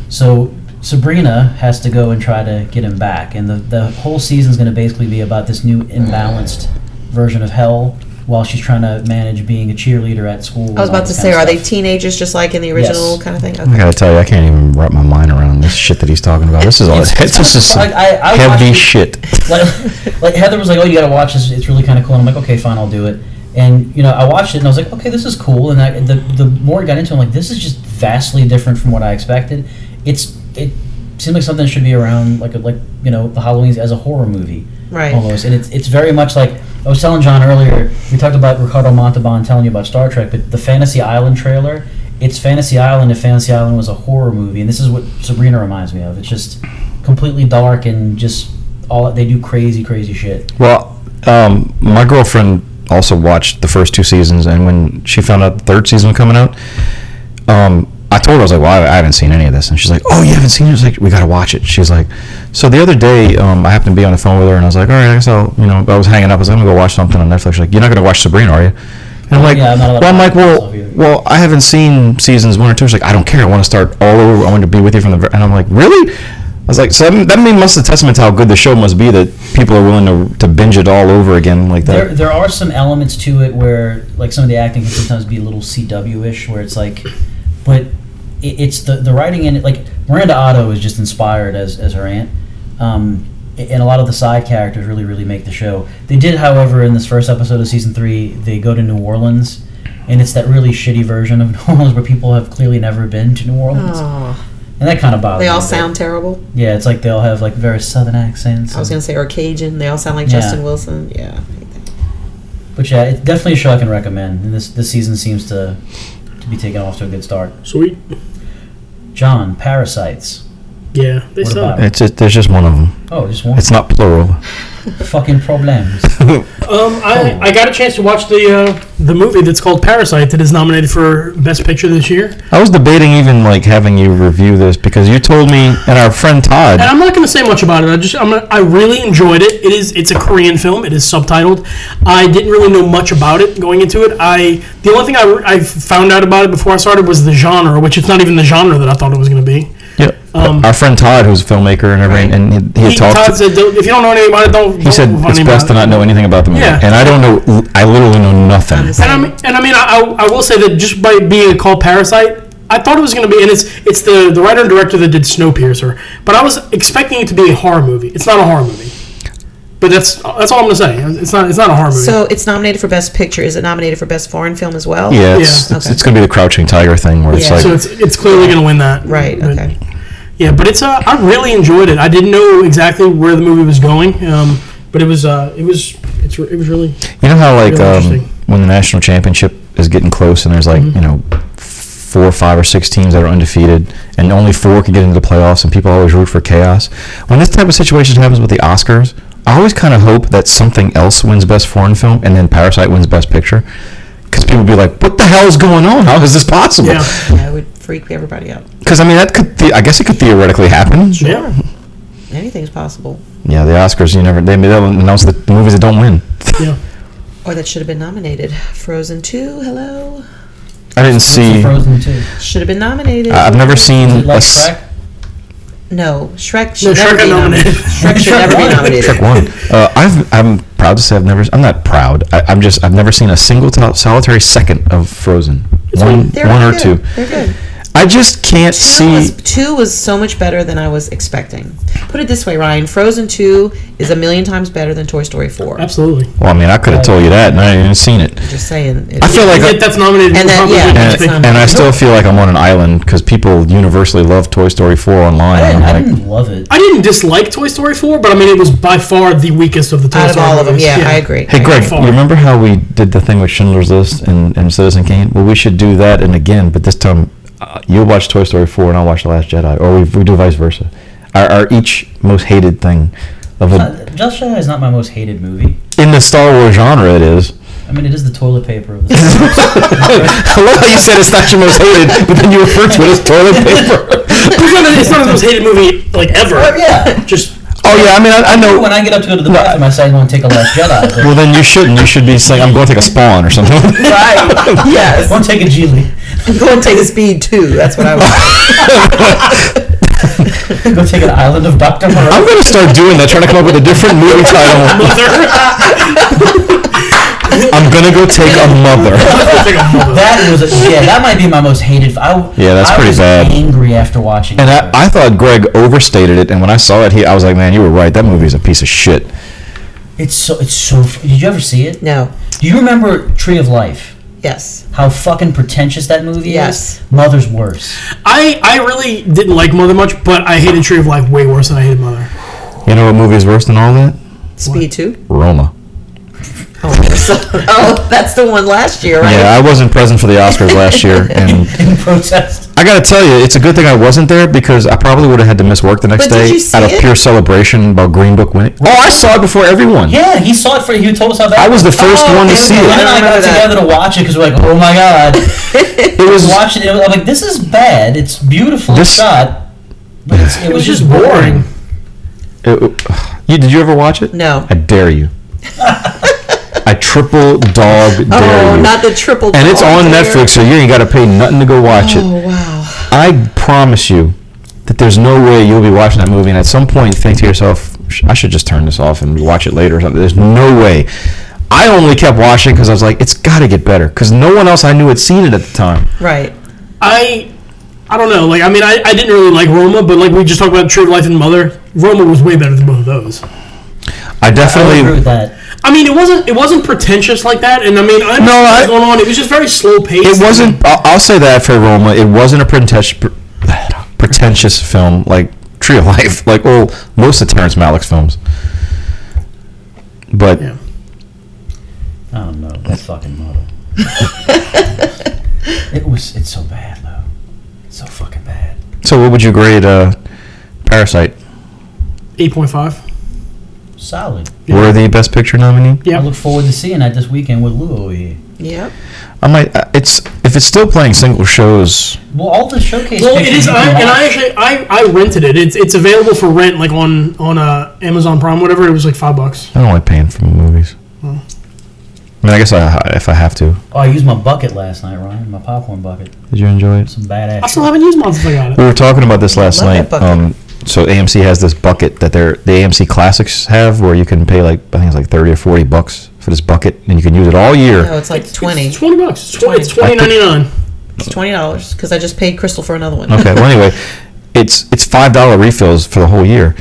Speaker 1: so Sabrina has to go and try to get him back, and the the whole season's going to basically be about this new imbalanced version of hell, while she's trying to manage being a cheerleader at school. and
Speaker 2: I was
Speaker 1: all
Speaker 2: about to
Speaker 1: this
Speaker 2: say,
Speaker 1: kinda
Speaker 2: are they
Speaker 1: stuff.
Speaker 2: teenagers just like in the original
Speaker 1: Yes.
Speaker 2: kind of thing?
Speaker 3: I
Speaker 2: Okay.
Speaker 3: gotta tell you, I can't even wrap my mind around this shit that he's talking about. This is all. It's, this is some
Speaker 1: Like, I- I
Speaker 3: heavy
Speaker 1: watched it-
Speaker 3: shit.
Speaker 1: like, like Heather was like, "Oh, you got to watch this. It's really kind of cool." And I'm like, "Okay, fine, I'll do it." And you know, I watched it and I was like, "Okay, this is cool." And I, the the more I got into, it, I'm like, "This is just vastly different from what I expected." It's it seems like something that should be around like a, like you know the Halloween's as a horror movie.
Speaker 2: Right.
Speaker 1: almost. And it's, it's very much like I was telling John earlier. We talked about Ricardo Montalban telling you about Star Trek, but the Fantasy Island trailer. It's Fantasy Island if Fantasy Island was a horror movie, and this is what Sabrina reminds me of. It's just completely dark and just all they do crazy, crazy shit.
Speaker 3: Well, um, my girlfriend also watched the first two seasons, and when she found out the third season was coming out, um, I told her I was like, "Well, I, I haven't seen any of this," and she's like, "Oh, you haven't seen it?" I was like, "We gotta watch it." She's like, "So the other day, um, I happened to be on the phone with her, and I was like, all right, I guess I'll, you know, I was hanging up. I was like, I'm gonna go watch something on Netflix." She's like, "You're not gonna watch Sabrina, are you?" And I'm like,
Speaker 1: Oh, Yeah, I'm not allowed
Speaker 3: "Well, I'm
Speaker 1: to watch
Speaker 3: like, well,
Speaker 1: myself either."
Speaker 3: well, I haven't seen seasons one or two. She's like, I don't care. I want to start all over. I want to be with you from the. ver-" And I'm like, really? I was like, so that, that mean must a testament to how good the show must be that people are willing to, to binge it all over again like that.
Speaker 1: There, there are some elements to it where like some of the acting can sometimes be a little CW-ish, where it's like, but it, it's the the writing in it. Like Miranda Otto is just inspired as as her aunt, um, and a lot of the side characters really really make the show. They did, however, in this first episode of season three, they go to New Orleans. And it's that really shitty version of New Orleans where people have clearly never been to New Orleans,
Speaker 2: Oh,
Speaker 1: and that kind of bothers.
Speaker 2: they all
Speaker 1: me a bit.
Speaker 2: sound terrible.
Speaker 1: Yeah, it's like they all have like very southern accents.
Speaker 2: I was
Speaker 1: and-
Speaker 2: gonna say or Cajun. They all sound like
Speaker 1: Yeah.
Speaker 2: Justin Wilson. Yeah.
Speaker 1: But yeah, it's definitely a show I can recommend. And this this season seems to to be taken off to a good start.
Speaker 4: Sweet.
Speaker 1: John, parasites.
Speaker 4: Yeah, they
Speaker 1: What
Speaker 4: suck.
Speaker 1: about-
Speaker 3: It's just, there's just one of them.
Speaker 1: Oh, just one
Speaker 3: It's not plural.
Speaker 1: fucking problems.
Speaker 4: Um, I, I got a chance to watch the uh, the movie that's called Parasite that is nominated for Best Picture this year,
Speaker 3: I was debating even like having you review this because you told me and our friend
Speaker 4: and
Speaker 3: Todd.
Speaker 4: I'm not going to say much about it. I just I'm gonna, I really enjoyed it. It is it's a Korean film. It is subtitled. I didn't really know much about it going into it. I the only thing I, I found out about it before I started was the genre, which it's not even the genre that I thought it was going to be.
Speaker 3: Yep.
Speaker 4: um,
Speaker 3: our friend Todd, who's a filmmaker and everything, and he, he,
Speaker 4: He,
Speaker 3: had talked.
Speaker 4: Todd said, "Don't- if you don't know anything about it, don't.
Speaker 3: he said it's best to not know anything about the movie,
Speaker 4: Yeah.
Speaker 3: and I don't know. I literally know nothing.
Speaker 4: And I mean, and I, mean I, I, I will say that just by being called Parasite, I thought it was going to be, and it's it's the, the writer and director that did Snowpiercer, but I was expecting it to be a horror movie. It's not a horror movie, but that's that's all I'm going to say. It's not it's not a horror movie.
Speaker 2: So it's nominated for Best Picture. Is it nominated for Best Foreign Film as well?
Speaker 3: Yeah, it's,
Speaker 2: Yeah.
Speaker 3: it's,
Speaker 2: Okay.
Speaker 3: it's gonna be the crouching tiger thing where it's
Speaker 2: Yeah.
Speaker 3: like
Speaker 4: so it's it's clearly going to win that.
Speaker 2: Right.
Speaker 4: But-
Speaker 2: Okay.
Speaker 4: Yeah, but it's uh, I really enjoyed it. I didn't know exactly where the movie was going, um, but it was uh, it was it's, re- it was really
Speaker 3: you know how like
Speaker 4: Really
Speaker 3: um,
Speaker 4: interesting.
Speaker 3: when the national championship is getting close and there's like
Speaker 1: Mm-hmm.
Speaker 3: you know four or five or six teams that are undefeated and only four can get into the playoffs and people always root for chaos. When this type of situation happens with the Oscars, I always kind of hope that something else wins Best Foreign Film and then Parasite wins Best Picture. Because people be like, "What the hell is going on? How is this possible?"
Speaker 4: yeah
Speaker 2: Yeah, it would freak everybody out.
Speaker 3: Because I mean, that could the- I guess it could theoretically happen.
Speaker 4: yeah.
Speaker 2: Anything's possible.
Speaker 3: Yeah, the Oscars, you never they they'll announce the movies that don't win.
Speaker 4: yeah.
Speaker 2: Or that should have been nominated. Frozen 2, hello?
Speaker 3: I didn't see.
Speaker 1: Frozen too.
Speaker 2: Should have been nominated.
Speaker 3: I've never seen
Speaker 1: Is it
Speaker 3: a
Speaker 1: like
Speaker 3: s-
Speaker 1: Shrek?
Speaker 2: no, Shrek
Speaker 4: No,
Speaker 2: should never
Speaker 4: Shrek got
Speaker 2: be nominated.
Speaker 4: nominated.
Speaker 2: Shrek should never be nominated.
Speaker 3: Shrek one. Uh, I've, I'm proud to say I've never. I'm not proud. I, I'm just. I've never seen a single to- solitary second of Frozen. One,
Speaker 2: They're
Speaker 3: one or
Speaker 2: good.
Speaker 3: two.
Speaker 2: They're good.
Speaker 3: I just can't
Speaker 2: Two
Speaker 3: see.
Speaker 2: was, two was so much better than I was expecting. Put it this way, Ryan. Frozen 2 is a million times better than Toy Story 4. I'm
Speaker 4: Absolutely.
Speaker 3: Well, I mean, I could have told you that, and I hadn't even seen it.
Speaker 2: just saying. It,
Speaker 3: I feel like. uh,
Speaker 4: If that's nominated.
Speaker 2: And
Speaker 4: we'll
Speaker 2: that-
Speaker 4: probably
Speaker 2: yeah,
Speaker 4: get
Speaker 2: that's
Speaker 4: picked.
Speaker 2: not-
Speaker 3: and, and I still feel like I'm on an island because people universally love Toy Story 4 online.
Speaker 1: I
Speaker 3: I'm
Speaker 1: didn't, I
Speaker 3: like,
Speaker 1: didn't love it.
Speaker 4: I didn't dislike Toy Story 4, but I mean, it was by far the weakest of the Toy
Speaker 2: out of
Speaker 4: Story
Speaker 2: all of them,
Speaker 4: movies.
Speaker 2: yeah, I agree.
Speaker 3: Hey, Greg,
Speaker 4: far.
Speaker 3: you remember how we did the thing with Schindler's List and, and Citizen Kane? Well, we should do that and again, but this time uh, you'll watch Toy Story 4 and I'll watch The Last Jedi, or we, we do vice versa. Our, our each most hated thing of a,
Speaker 1: Uh, Just Jedi is not my most hated movie.
Speaker 3: in the Star Wars genre, it is.
Speaker 1: I mean, it is the toilet paper of the.
Speaker 3: I love how you said it's not your most hated, but then you refer to it as toilet paper.
Speaker 4: It's not, it's not the most hated movie like ever.
Speaker 1: yeah.
Speaker 4: Just
Speaker 3: oh, yeah, I mean, I, I know.
Speaker 1: When I get up to go to the bathroom, I say I want to take a Last Jedi. But
Speaker 3: Well, then you shouldn't. You should be saying, I'm going to take a spawn or something.
Speaker 2: Right.
Speaker 1: I
Speaker 2: yes.
Speaker 1: want to take a Geely.
Speaker 2: Go and take a speed too. That's what I was.
Speaker 1: Go take an Island of Dr.
Speaker 3: I'm
Speaker 1: Moreau.
Speaker 3: going to start doing that, trying to come up with a different movie title. I'm going to go take a mother.
Speaker 1: That was a, yeah. That might be my most hated. I,
Speaker 3: Yeah, that's
Speaker 1: I
Speaker 3: pretty
Speaker 1: was
Speaker 3: bad.
Speaker 1: Angry after watching.
Speaker 3: And
Speaker 1: it.
Speaker 3: I, I thought Greg overstated it, and when I saw it, he, I was like, man, you were right. That movie is a piece of shit.
Speaker 1: it's so it's so. Did you ever see it?
Speaker 2: No.
Speaker 1: Do you remember Tree of Life?
Speaker 2: Yes.
Speaker 1: How fucking pretentious that movie
Speaker 2: Yes.
Speaker 1: is. Mother's worse.
Speaker 4: I, I really didn't like Mother much, but I hated Tree of Life way worse than I hated Mother.
Speaker 3: You know what movie is worse than all that?
Speaker 2: Speed two.
Speaker 3: Roma.
Speaker 2: Oh, so- oh, that's the one last year, right?
Speaker 3: Yeah, I wasn't present for the Oscars last year, and
Speaker 1: In protest.
Speaker 3: I gotta tell you, it's a good thing I wasn't there because I probably would have had to miss work the next
Speaker 2: But did
Speaker 3: day
Speaker 2: you see
Speaker 3: out of
Speaker 2: it?
Speaker 3: pure celebration about Green Book winning. Oh, I saw it before everyone.
Speaker 1: Yeah, he saw it for. He told us how bad.
Speaker 3: I was the first
Speaker 2: Oh,
Speaker 3: one to
Speaker 2: okay,
Speaker 3: see
Speaker 2: okay.
Speaker 1: Glenn
Speaker 3: it.
Speaker 1: and I
Speaker 2: remember
Speaker 1: got
Speaker 2: that.
Speaker 1: together to watch it because we're like, oh my god.
Speaker 3: It was
Speaker 1: watching it, I'm like, this is bad. It's beautiful
Speaker 3: This-
Speaker 1: shot, but it's, it,
Speaker 4: It
Speaker 1: was
Speaker 4: was
Speaker 1: just
Speaker 4: just boring.
Speaker 1: boring.
Speaker 3: it- you, did you ever watch it?
Speaker 2: No.
Speaker 3: I dare you. I triple dog dare
Speaker 2: Oh,
Speaker 3: you.
Speaker 2: not the triple.
Speaker 3: and it's on
Speaker 2: dog
Speaker 3: Netflix, so you ain't gotta pay nothing to go watch it.
Speaker 2: Oh wow.
Speaker 3: I promise you that there's no way you'll be watching that movie and at some point think to yourself, "Sh- I should just turn this off and watch it later or something. There's no way. I only kept watching because I was like, it's got to get better because no one else I knew had seen it at the time.
Speaker 2: Right.
Speaker 4: I I don't know. Like I mean, I, I didn't really like Roma, but like we just talked about Tree of Life and Mother, Roma was way better than both of those.
Speaker 3: I
Speaker 1: I would agree
Speaker 3: definitely.
Speaker 1: with that.
Speaker 4: I mean, it wasn't it wasn't pretentious like that, and I mean, I
Speaker 3: No,
Speaker 4: no, what
Speaker 3: I-
Speaker 4: was going on. It was just very slow paced.
Speaker 3: It wasn't. I'll I'll say that for Roma. It wasn't a pretentious, pretentious film like Tree of Life, like oh, most of Terrence Malick's films. But
Speaker 4: Yeah.
Speaker 1: I don't know that fucking model. it was. It's so bad though. It's so fucking bad.
Speaker 3: So what would you grade uh, Parasite?
Speaker 4: Eight point five.
Speaker 1: Solid.
Speaker 4: Yeah.
Speaker 3: Were the best picture
Speaker 1: I
Speaker 3: nominee?
Speaker 4: Yeah.
Speaker 1: look forward to seeing that this weekend with Lou over here.
Speaker 2: Yep.
Speaker 3: I might. uh, It's if it's still playing single shows.
Speaker 1: Well, all the showcase.
Speaker 4: Well, it
Speaker 1: pictures
Speaker 4: is,
Speaker 1: you
Speaker 4: I,
Speaker 1: can
Speaker 4: and I
Speaker 1: watch-
Speaker 4: actually I, I rented it. It's it's available for rent, like on on uh, Amazon Prime, whatever. It was like five bucks.
Speaker 3: I don't like paying for movies.
Speaker 4: Hmm.
Speaker 3: I mean, I guess I, if I have to.
Speaker 1: Oh, I used my bucket last night, Ryan. My popcorn bucket.
Speaker 3: Did you enjoy it?
Speaker 1: Some badass.
Speaker 4: I still haven't used mine since I got it.
Speaker 3: We were talking about this last
Speaker 2: Love that
Speaker 3: night.
Speaker 2: bucket.
Speaker 3: Um, so AMC has this bucket that they're the AMC Classics have, where you can pay like I think it's like thirty or forty bucks for this bucket, and you can use it all year.
Speaker 2: No, it's like twenty.
Speaker 4: It's twenty bucks. It's twenty. It's
Speaker 3: Twenty.
Speaker 4: twenty ninety nine.
Speaker 2: It's twenty dollars because I just paid Crystal for another
Speaker 1: Oh.
Speaker 2: one.
Speaker 3: Okay. Well, anyway, it's it's five dollar refills for the whole year.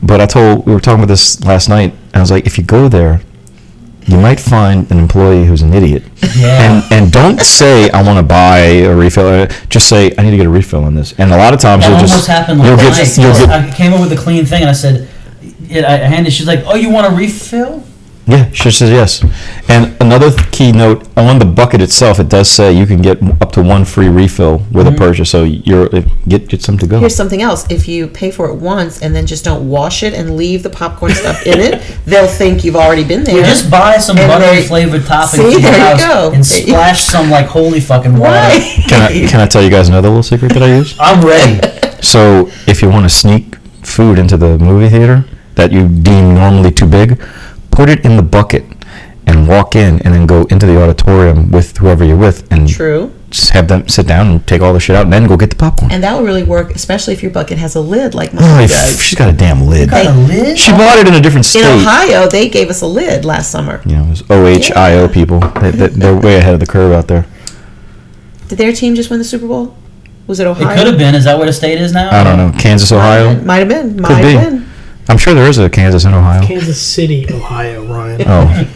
Speaker 3: But I told we were talking about this last night, and I was like, if you go there, you might find an employee who's an idiot,
Speaker 1: Yeah.
Speaker 3: and and don't say I want to buy a refill. Just say I need to get a refill on this. And a lot of times
Speaker 1: That
Speaker 3: you'll
Speaker 1: almost
Speaker 3: just
Speaker 1: happened
Speaker 3: you'll
Speaker 1: like
Speaker 3: get,
Speaker 1: night.
Speaker 3: you'll get
Speaker 1: I came up with a clean thing and I said, it, I handed. She's like, "Oh, you want a refill?"
Speaker 3: Yeah, she says yes. And another th- key note on the bucket itself, it does say you can get m- up to one free refill with
Speaker 2: Mm-hmm.
Speaker 3: a purchase. So you're if- get get some to go.
Speaker 2: Here's something else. If you pay for it once and then just don't wash it and leave the popcorn stuff in it, they'll think you've already been there.
Speaker 1: Just buy some
Speaker 2: And
Speaker 1: buttery
Speaker 2: they-
Speaker 1: flavored topping
Speaker 2: See,
Speaker 1: to your
Speaker 2: there you
Speaker 1: house
Speaker 2: go.
Speaker 1: and splash some like holy fucking water.
Speaker 2: Right.
Speaker 3: Can I can I tell you guys another little secret that I use?
Speaker 1: I'm ready.
Speaker 3: So if you want to sneak food into the movie theater that you deem normally too big, put it in the bucket and walk in, and then go into the auditorium with whoever you're with, and
Speaker 2: True.
Speaker 3: just have them sit down and take all the shit out, and then go get the popcorn.
Speaker 2: And that will really work, especially if your bucket has a lid like mine
Speaker 3: Oh,
Speaker 2: does.
Speaker 3: if- she's got a damn lid.
Speaker 1: Got a lid?
Speaker 3: She bought it in a different state.
Speaker 2: In Ohio, they gave us a lid last summer.
Speaker 3: you know, it was OHIO people. They, they, they're way ahead of the curve out there.
Speaker 2: Did their team just win the Super Bowl? Was it
Speaker 1: It
Speaker 2: Ohio?
Speaker 1: could have been. Is that where the state is now?
Speaker 3: I don't know. Kansas, Ohio?
Speaker 2: Might have been. Might
Speaker 3: be.
Speaker 2: have been.
Speaker 3: I'm sure there is a Kansas in Ohio.
Speaker 4: Kansas City, Ohio, Ryan.
Speaker 3: Oh,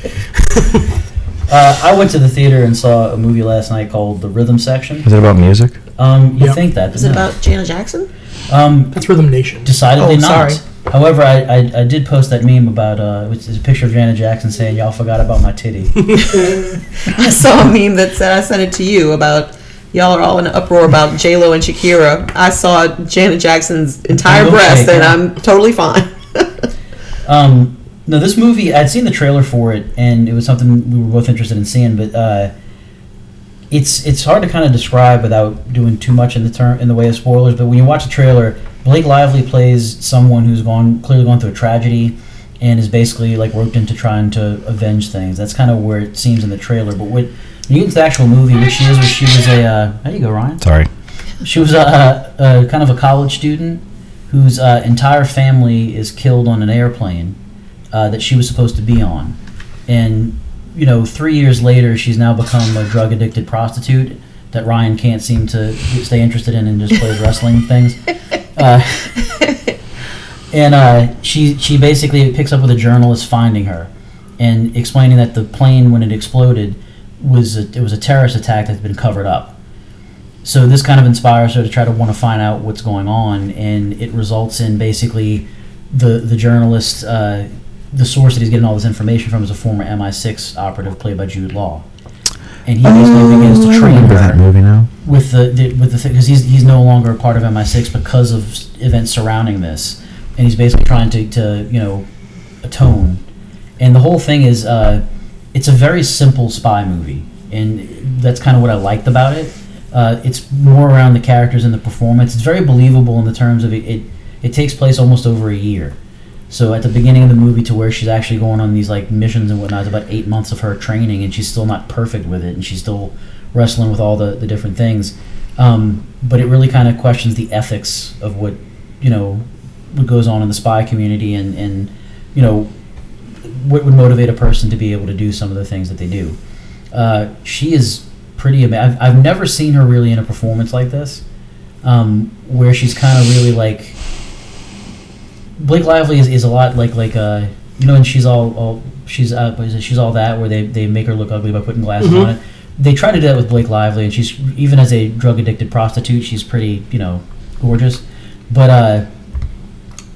Speaker 1: Uh, I went to the theater and saw a movie last night called The Rhythm Section.
Speaker 3: is it about music?
Speaker 1: Um, you
Speaker 4: Yep.
Speaker 1: think that?
Speaker 2: Was it about Janet Jackson?
Speaker 1: Um,
Speaker 4: That's Rhythm Nation.
Speaker 1: decidedly
Speaker 2: Oh,
Speaker 1: not.
Speaker 2: sorry.
Speaker 1: However, I, I, I did post that meme about uh, which is a picture of Janet Jackson saying, "Y'all forgot about my titty."
Speaker 2: I saw a meme that said I sent it to you about y'all are all in an uproar about J Lo and Shakira. I saw Janet Jackson's entire
Speaker 1: Okay,
Speaker 2: breast, and
Speaker 1: yeah.
Speaker 2: I'm totally fine.
Speaker 1: Um, no, this movie I'd seen the trailer for it, and it was something we were both interested in seeing. But uh, it's it's hard to kind of describe without doing too much in the term in the way of spoilers. But when you watch the trailer, Blake Lively plays someone who's gone clearly gone through a tragedy, and is basically like roped into trying to avenge things. That's kind of where it seems in the trailer. But what when you get into the actual movie, what she is, was she was a uh, there you go, Ryan.
Speaker 3: Sorry.
Speaker 1: She was a, a, a kind of a college student whose uh, entire family is killed on an airplane uh, that she was supposed to be on, and you know, three years later, she's now become a drug addicted prostitute that Ryan can't seem to stay interested in and just plays wrestling and things. Uh, and uh, she she basically picks up with a journalist finding her and explaining that the plane when it exploded was a, it was a terrorist attack that's been covered up. So this kind of inspires her to try to want to find out what's going on, and it results in basically the the journalist, uh, the source that he's getting all this information from is a former MI6 operative played by Jude Law, and he basically begins to train her
Speaker 3: Oh, remember that movie now.
Speaker 1: with the, the with the thing because he's he's no longer a part of MI6 because of s- events surrounding this, and he's basically trying to, to you know atone. And the whole thing is, uh, it's a very simple spy movie, and that's kind of what I liked about it. Uh, it's more around the characters and the performance. It's very believable in the terms of it. It, it takes place almost over a year. So at the beginning of the movie, to where she's actually going on these like missions and whatnot, it's about eight months of her training, and she's still not perfect with it, and she's still wrestling with all the, the different things. Um, but it really kind of questions the ethics of what you know what goes on in the spy community, and and you know what would motivate a person to be able to do some of the things that they do. Uh, she is pretty amazing. I've, I've never seen her really in a performance like this, um, where she's kind of really like. Blake Lively is, is a lot like like uh, you know, and she's all, all she's uh, what is it? she's all that where they, they make her look ugly by putting glasses on it. They try to do that with Blake Lively, and she's even as a drug addicted prostitute, she's pretty you know gorgeous, but uh,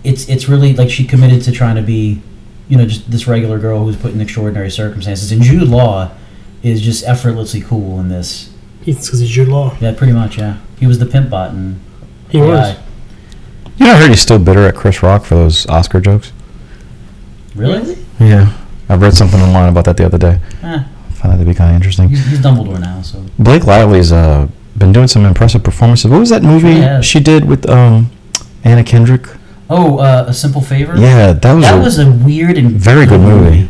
Speaker 1: it's it's really like she committed to trying to be you know just this regular girl who's put in extraordinary circumstances. And Jude Law is just effortlessly cool in this.
Speaker 4: It's because it's your law.
Speaker 1: Yeah, pretty much. Yeah, he was the pimp bot in
Speaker 4: He was.
Speaker 1: Guy.
Speaker 3: You know, I heard he's still bitter at Chris Rock for those Oscar jokes.
Speaker 1: Really?
Speaker 3: Yeah. I read something online about that the other day.
Speaker 1: Eh,
Speaker 3: I found that to be kind of interesting.
Speaker 1: he's, he's Dumbledore now, so
Speaker 3: Blake Lively's uh, been doing some impressive performances. What was that movie
Speaker 1: She has.
Speaker 3: she did with um, Anna Kendrick?
Speaker 1: Oh, uh, a simple favor.
Speaker 3: Yeah, that was
Speaker 1: that
Speaker 3: a
Speaker 1: was a weird and
Speaker 3: very good movie.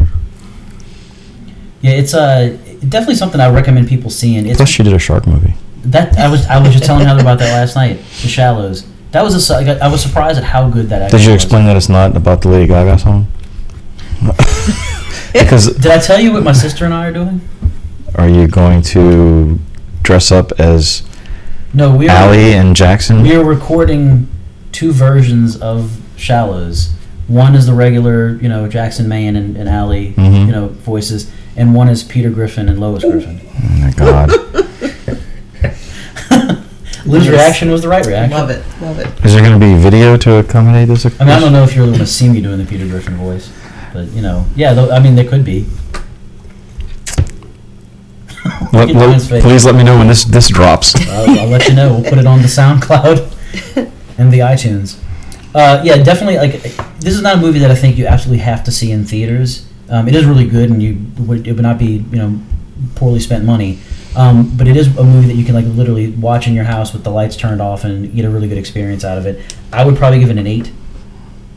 Speaker 1: Yeah, it's uh, definitely something I recommend people seeing. It's
Speaker 3: Plus, she did a shark movie.
Speaker 1: that I was I was just telling Heather about that last night. The Shallows. That was a su- like, I was surprised at how good that. Actually
Speaker 3: Did you
Speaker 1: was.
Speaker 3: explain that it's not about the Lady Gaga song? because
Speaker 1: Did I tell you what my sister and I are doing?
Speaker 3: are you going to dress up as
Speaker 1: No, we are.
Speaker 3: Allie and Jackson?
Speaker 1: We are recording two versions of Shallows. One is the regular, you know, Jackson Mayan and, and Allie,
Speaker 3: Mhm.
Speaker 1: you know, voices, and one is Peter Griffin and Lois Griffin.
Speaker 3: Oh my God!
Speaker 1: Liv's
Speaker 2: Yes.
Speaker 1: reaction was the right reaction.
Speaker 2: Love it. Love it.
Speaker 3: Is there going to be video to accommodate this?
Speaker 1: I mean, I don't know if you're going to see me doing the Peter Griffin voice, but you know, yeah. Though, I mean, there could be.
Speaker 3: Let-
Speaker 1: Look at
Speaker 3: let-
Speaker 1: Ryan's face.
Speaker 3: please let me know when this this drops.
Speaker 1: I'll, I'll let you know. We'll put it on the SoundCloud and the iTunes. Uh, yeah, definitely. Like, this is not a movie that I think you absolutely have to see in theaters. Um, it is really good, and you would, it would not be you know poorly spent money. Um, but it is a movie that you can like literally watch in your house with the lights turned off and get a really good experience out of it. I would probably give it an eight.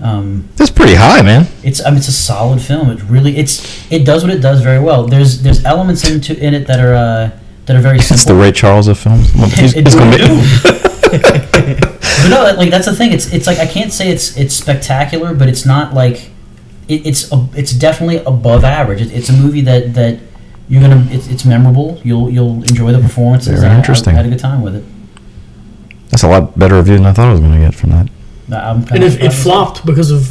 Speaker 1: Um,
Speaker 3: That's pretty high, man.
Speaker 1: it's I mean, it's a solid film. It really it's it does what it does very well. There's there's elements into in it that are uh, that are very simple.
Speaker 3: It's the Ray Charles of films. Well, he's-
Speaker 1: It
Speaker 3: he's gonna
Speaker 1: really
Speaker 3: be-
Speaker 1: But no, like that's the thing. It's it's like I can't say it's it's spectacular, but it's not like it, it's a, it's definitely above average. It, it's a movie that that you're gonna it's, it's memorable. You'll you'll enjoy the performances.
Speaker 3: Very
Speaker 1: I- I
Speaker 3: interesting.
Speaker 1: had a good time with it.
Speaker 3: That's a lot better review than I thought I was going to get from that.
Speaker 1: I- I'm kind
Speaker 4: And
Speaker 1: of
Speaker 4: if it
Speaker 1: surprised.
Speaker 4: flopped because of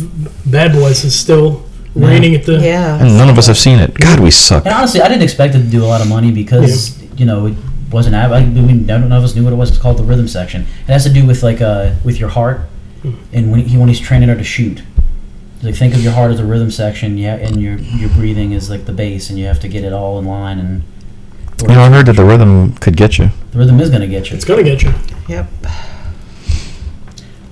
Speaker 4: Bad Boys is still reigning at the.
Speaker 2: Yeah.
Speaker 3: And none of us have seen it. God, we suck.
Speaker 1: And honestly, I didn't expect it to do a lot of money because you know it wasn't. av- I mean, we none of us knew what it was. It's called the rhythm section. It has to do with like uh with your heart, and when he when he's training her to shoot. Like think of your heart as the rhythm section, yeah, and your your breathing is like the bass, and you have to get it all in line, and
Speaker 3: You know, I heard that the rhythm could get you.
Speaker 1: the rhythm is gonna get you.
Speaker 4: It's gonna get you.
Speaker 2: Yep.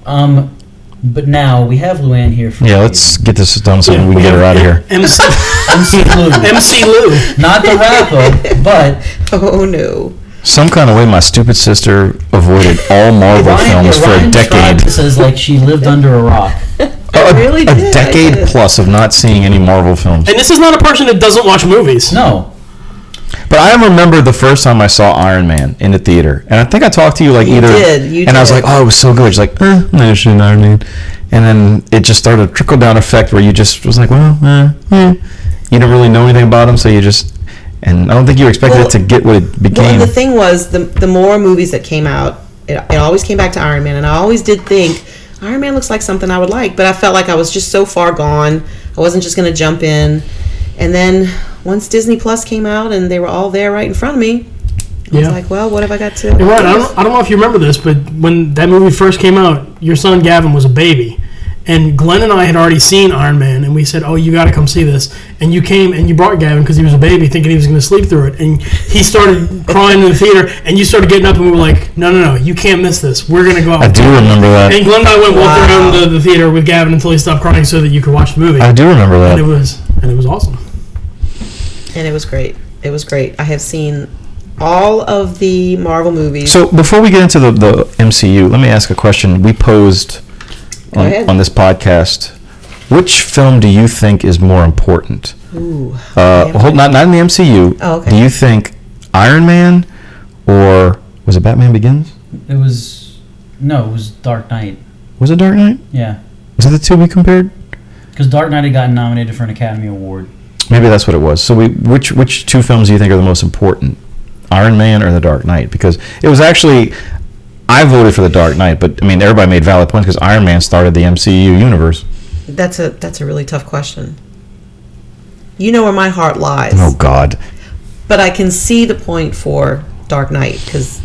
Speaker 1: Um, but now we have Luann here for
Speaker 3: Yeah, let's get this done so we can get her out of here.
Speaker 4: MC,
Speaker 1: MC Lou,
Speaker 4: MC Lou.
Speaker 1: not the rapper, but
Speaker 2: Oh no.
Speaker 3: Some kind of way, my stupid sister avoided all Marvel
Speaker 1: Ryan,
Speaker 3: films for
Speaker 1: Ryan
Speaker 3: a
Speaker 1: described
Speaker 3: decade.
Speaker 1: this as like she lived under a rock.
Speaker 3: A,
Speaker 2: really
Speaker 3: a
Speaker 2: did, I
Speaker 3: decade
Speaker 2: did.
Speaker 3: plus of not seeing any Marvel films.
Speaker 4: And this is not a person that doesn't watch movies.
Speaker 1: No,
Speaker 3: But I remember the first time I saw Iron Man in the theater, and I think I talked to you like
Speaker 2: You
Speaker 3: either,
Speaker 2: did, you
Speaker 3: and I was
Speaker 2: did.
Speaker 3: like, "Oh, it was so good." She's like, eh, "No, it's an Iron Man," and then it just started a trickle down effect where you just was like, "Well, eh, eh." you don't really know anything about him, so you just." And I don't think you expected
Speaker 2: Well-
Speaker 3: it to get what it
Speaker 2: Well,
Speaker 3: became.
Speaker 2: and the thing was, the, the more movies that came out, it, it always came back to Iron Man, and I always did think Iron Man looks like something I would like, but I felt like I was just so far gone. I wasn't just going to jump in. And then once Disney Plus came out, and they were all there right in front of me, I was
Speaker 4: Yeah.
Speaker 2: like, well, what have I got to?
Speaker 4: You're right. I don't, I don't know if you remember this, but when that movie first came out, your son Gavin was a baby. And Glenn and I had already seen Iron Man, and we said, Oh, you got to come see this. And you came and you brought Gavin because he was a baby, thinking he was going to sleep through it. And he started crying in the theater, and you started getting up, and we were like, No, no, no, you can't miss this. We're going to go out.
Speaker 3: I do remember that.
Speaker 4: And Glenn and I went walking
Speaker 2: Wow.
Speaker 4: around the, the theater with Gavin until he stopped crying so that you could watch the movie.
Speaker 3: I do remember
Speaker 4: and it
Speaker 3: that.
Speaker 4: was and it was awesome.
Speaker 2: And it was great. It was great. I have seen all of the Marvel movies.
Speaker 3: So before we get into the, the MCU, let me ask a question we posed
Speaker 2: Go
Speaker 3: on,
Speaker 2: ahead.
Speaker 3: on this podcast. Which film do you think is more important?
Speaker 2: Ooh.
Speaker 3: Uh,
Speaker 2: Yeah.
Speaker 3: hold not not in the MCU.
Speaker 2: Oh, okay.
Speaker 3: Do you think Iron Man or was it Batman Begins?
Speaker 1: it was no, it was Dark Knight.
Speaker 3: Was it Dark Knight?
Speaker 1: Yeah,
Speaker 3: Was it the two we compared?
Speaker 1: because Dark Knight had gotten nominated for an Academy Award.
Speaker 3: Maybe that's what it was. So we which which two films do you think are the most important? Iron Man or The Dark Knight? Because it was actually I voted for The Dark Knight, but I mean everybody made valid points because Iron Man started the MCU universe.
Speaker 2: That's a that's a really tough question. You know where my heart lies.
Speaker 3: Oh God.
Speaker 2: But I can see the point for Dark Knight because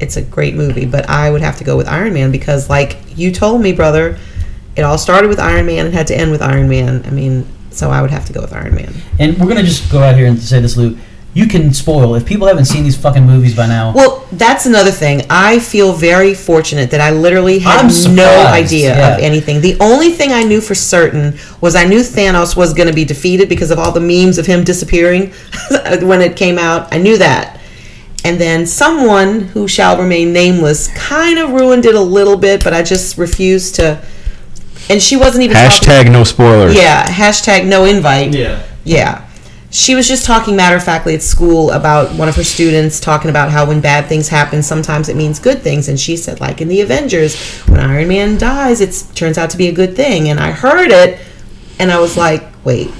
Speaker 2: it's a great movie. But I would have to go with Iron Man because, like you told me, brother, it all started with Iron Man and had to end with Iron Man. I mean, so I would have to go with Iron Man.
Speaker 1: And we're gonna just go out here and say this, Lou. you can spoil if people haven't seen these fucking movies by now.
Speaker 2: Well, that's another thing. I feel very fortunate that I literally had
Speaker 1: I'm
Speaker 2: no
Speaker 1: surprised,
Speaker 2: idea
Speaker 1: yeah.
Speaker 2: of anything. The only thing I knew for certain was I knew Thanos was going to be defeated because of all the memes of him disappearing when it came out. I knew that. And then someone who shall remain nameless kind of ruined it a little bit, but I just refused to. And she wasn't even talking-
Speaker 3: Hashtag no spoilers.
Speaker 2: Yeah, hashtag no invite.
Speaker 5: Yeah.
Speaker 2: Yeah. She was just talking matter of factly at school about one of her students talking about how when bad things happen, sometimes it means good things. And she said, like in the Avengers, when Iron Man dies, it turns out to be a good thing. And I heard it, and I was like, wait,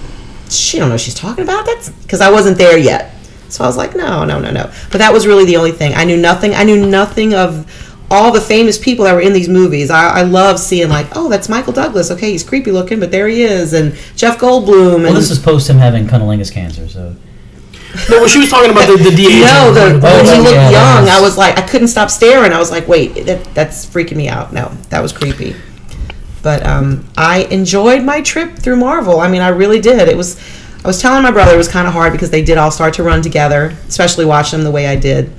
Speaker 2: she don't know what she's talking about. That's because I wasn't there yet. So I was like, no, no, no, no. But that was really the only thing. I knew nothing. I knew nothing of all the famous people that were in these movies. I, I love seeing like, oh, that's Michael Douglas. Okay, he's creepy looking, but there he is, and Jeff Goldblum. And
Speaker 1: Well, this is post him having cunnilingus cancer, so
Speaker 4: No, well, she was talking about the, the DA.
Speaker 2: No, the,
Speaker 1: Oh,
Speaker 2: when he
Speaker 1: yeah,
Speaker 2: looked
Speaker 1: that
Speaker 2: young,
Speaker 1: was-
Speaker 2: I was like, I couldn't stop staring. I was like, wait, that, that's freaking me out. No, that was creepy. But um, I enjoyed my trip through Marvel. I mean, I really did. It was, I was telling my brother it was kind of hard because they did all start to run together, especially watching them the way I did.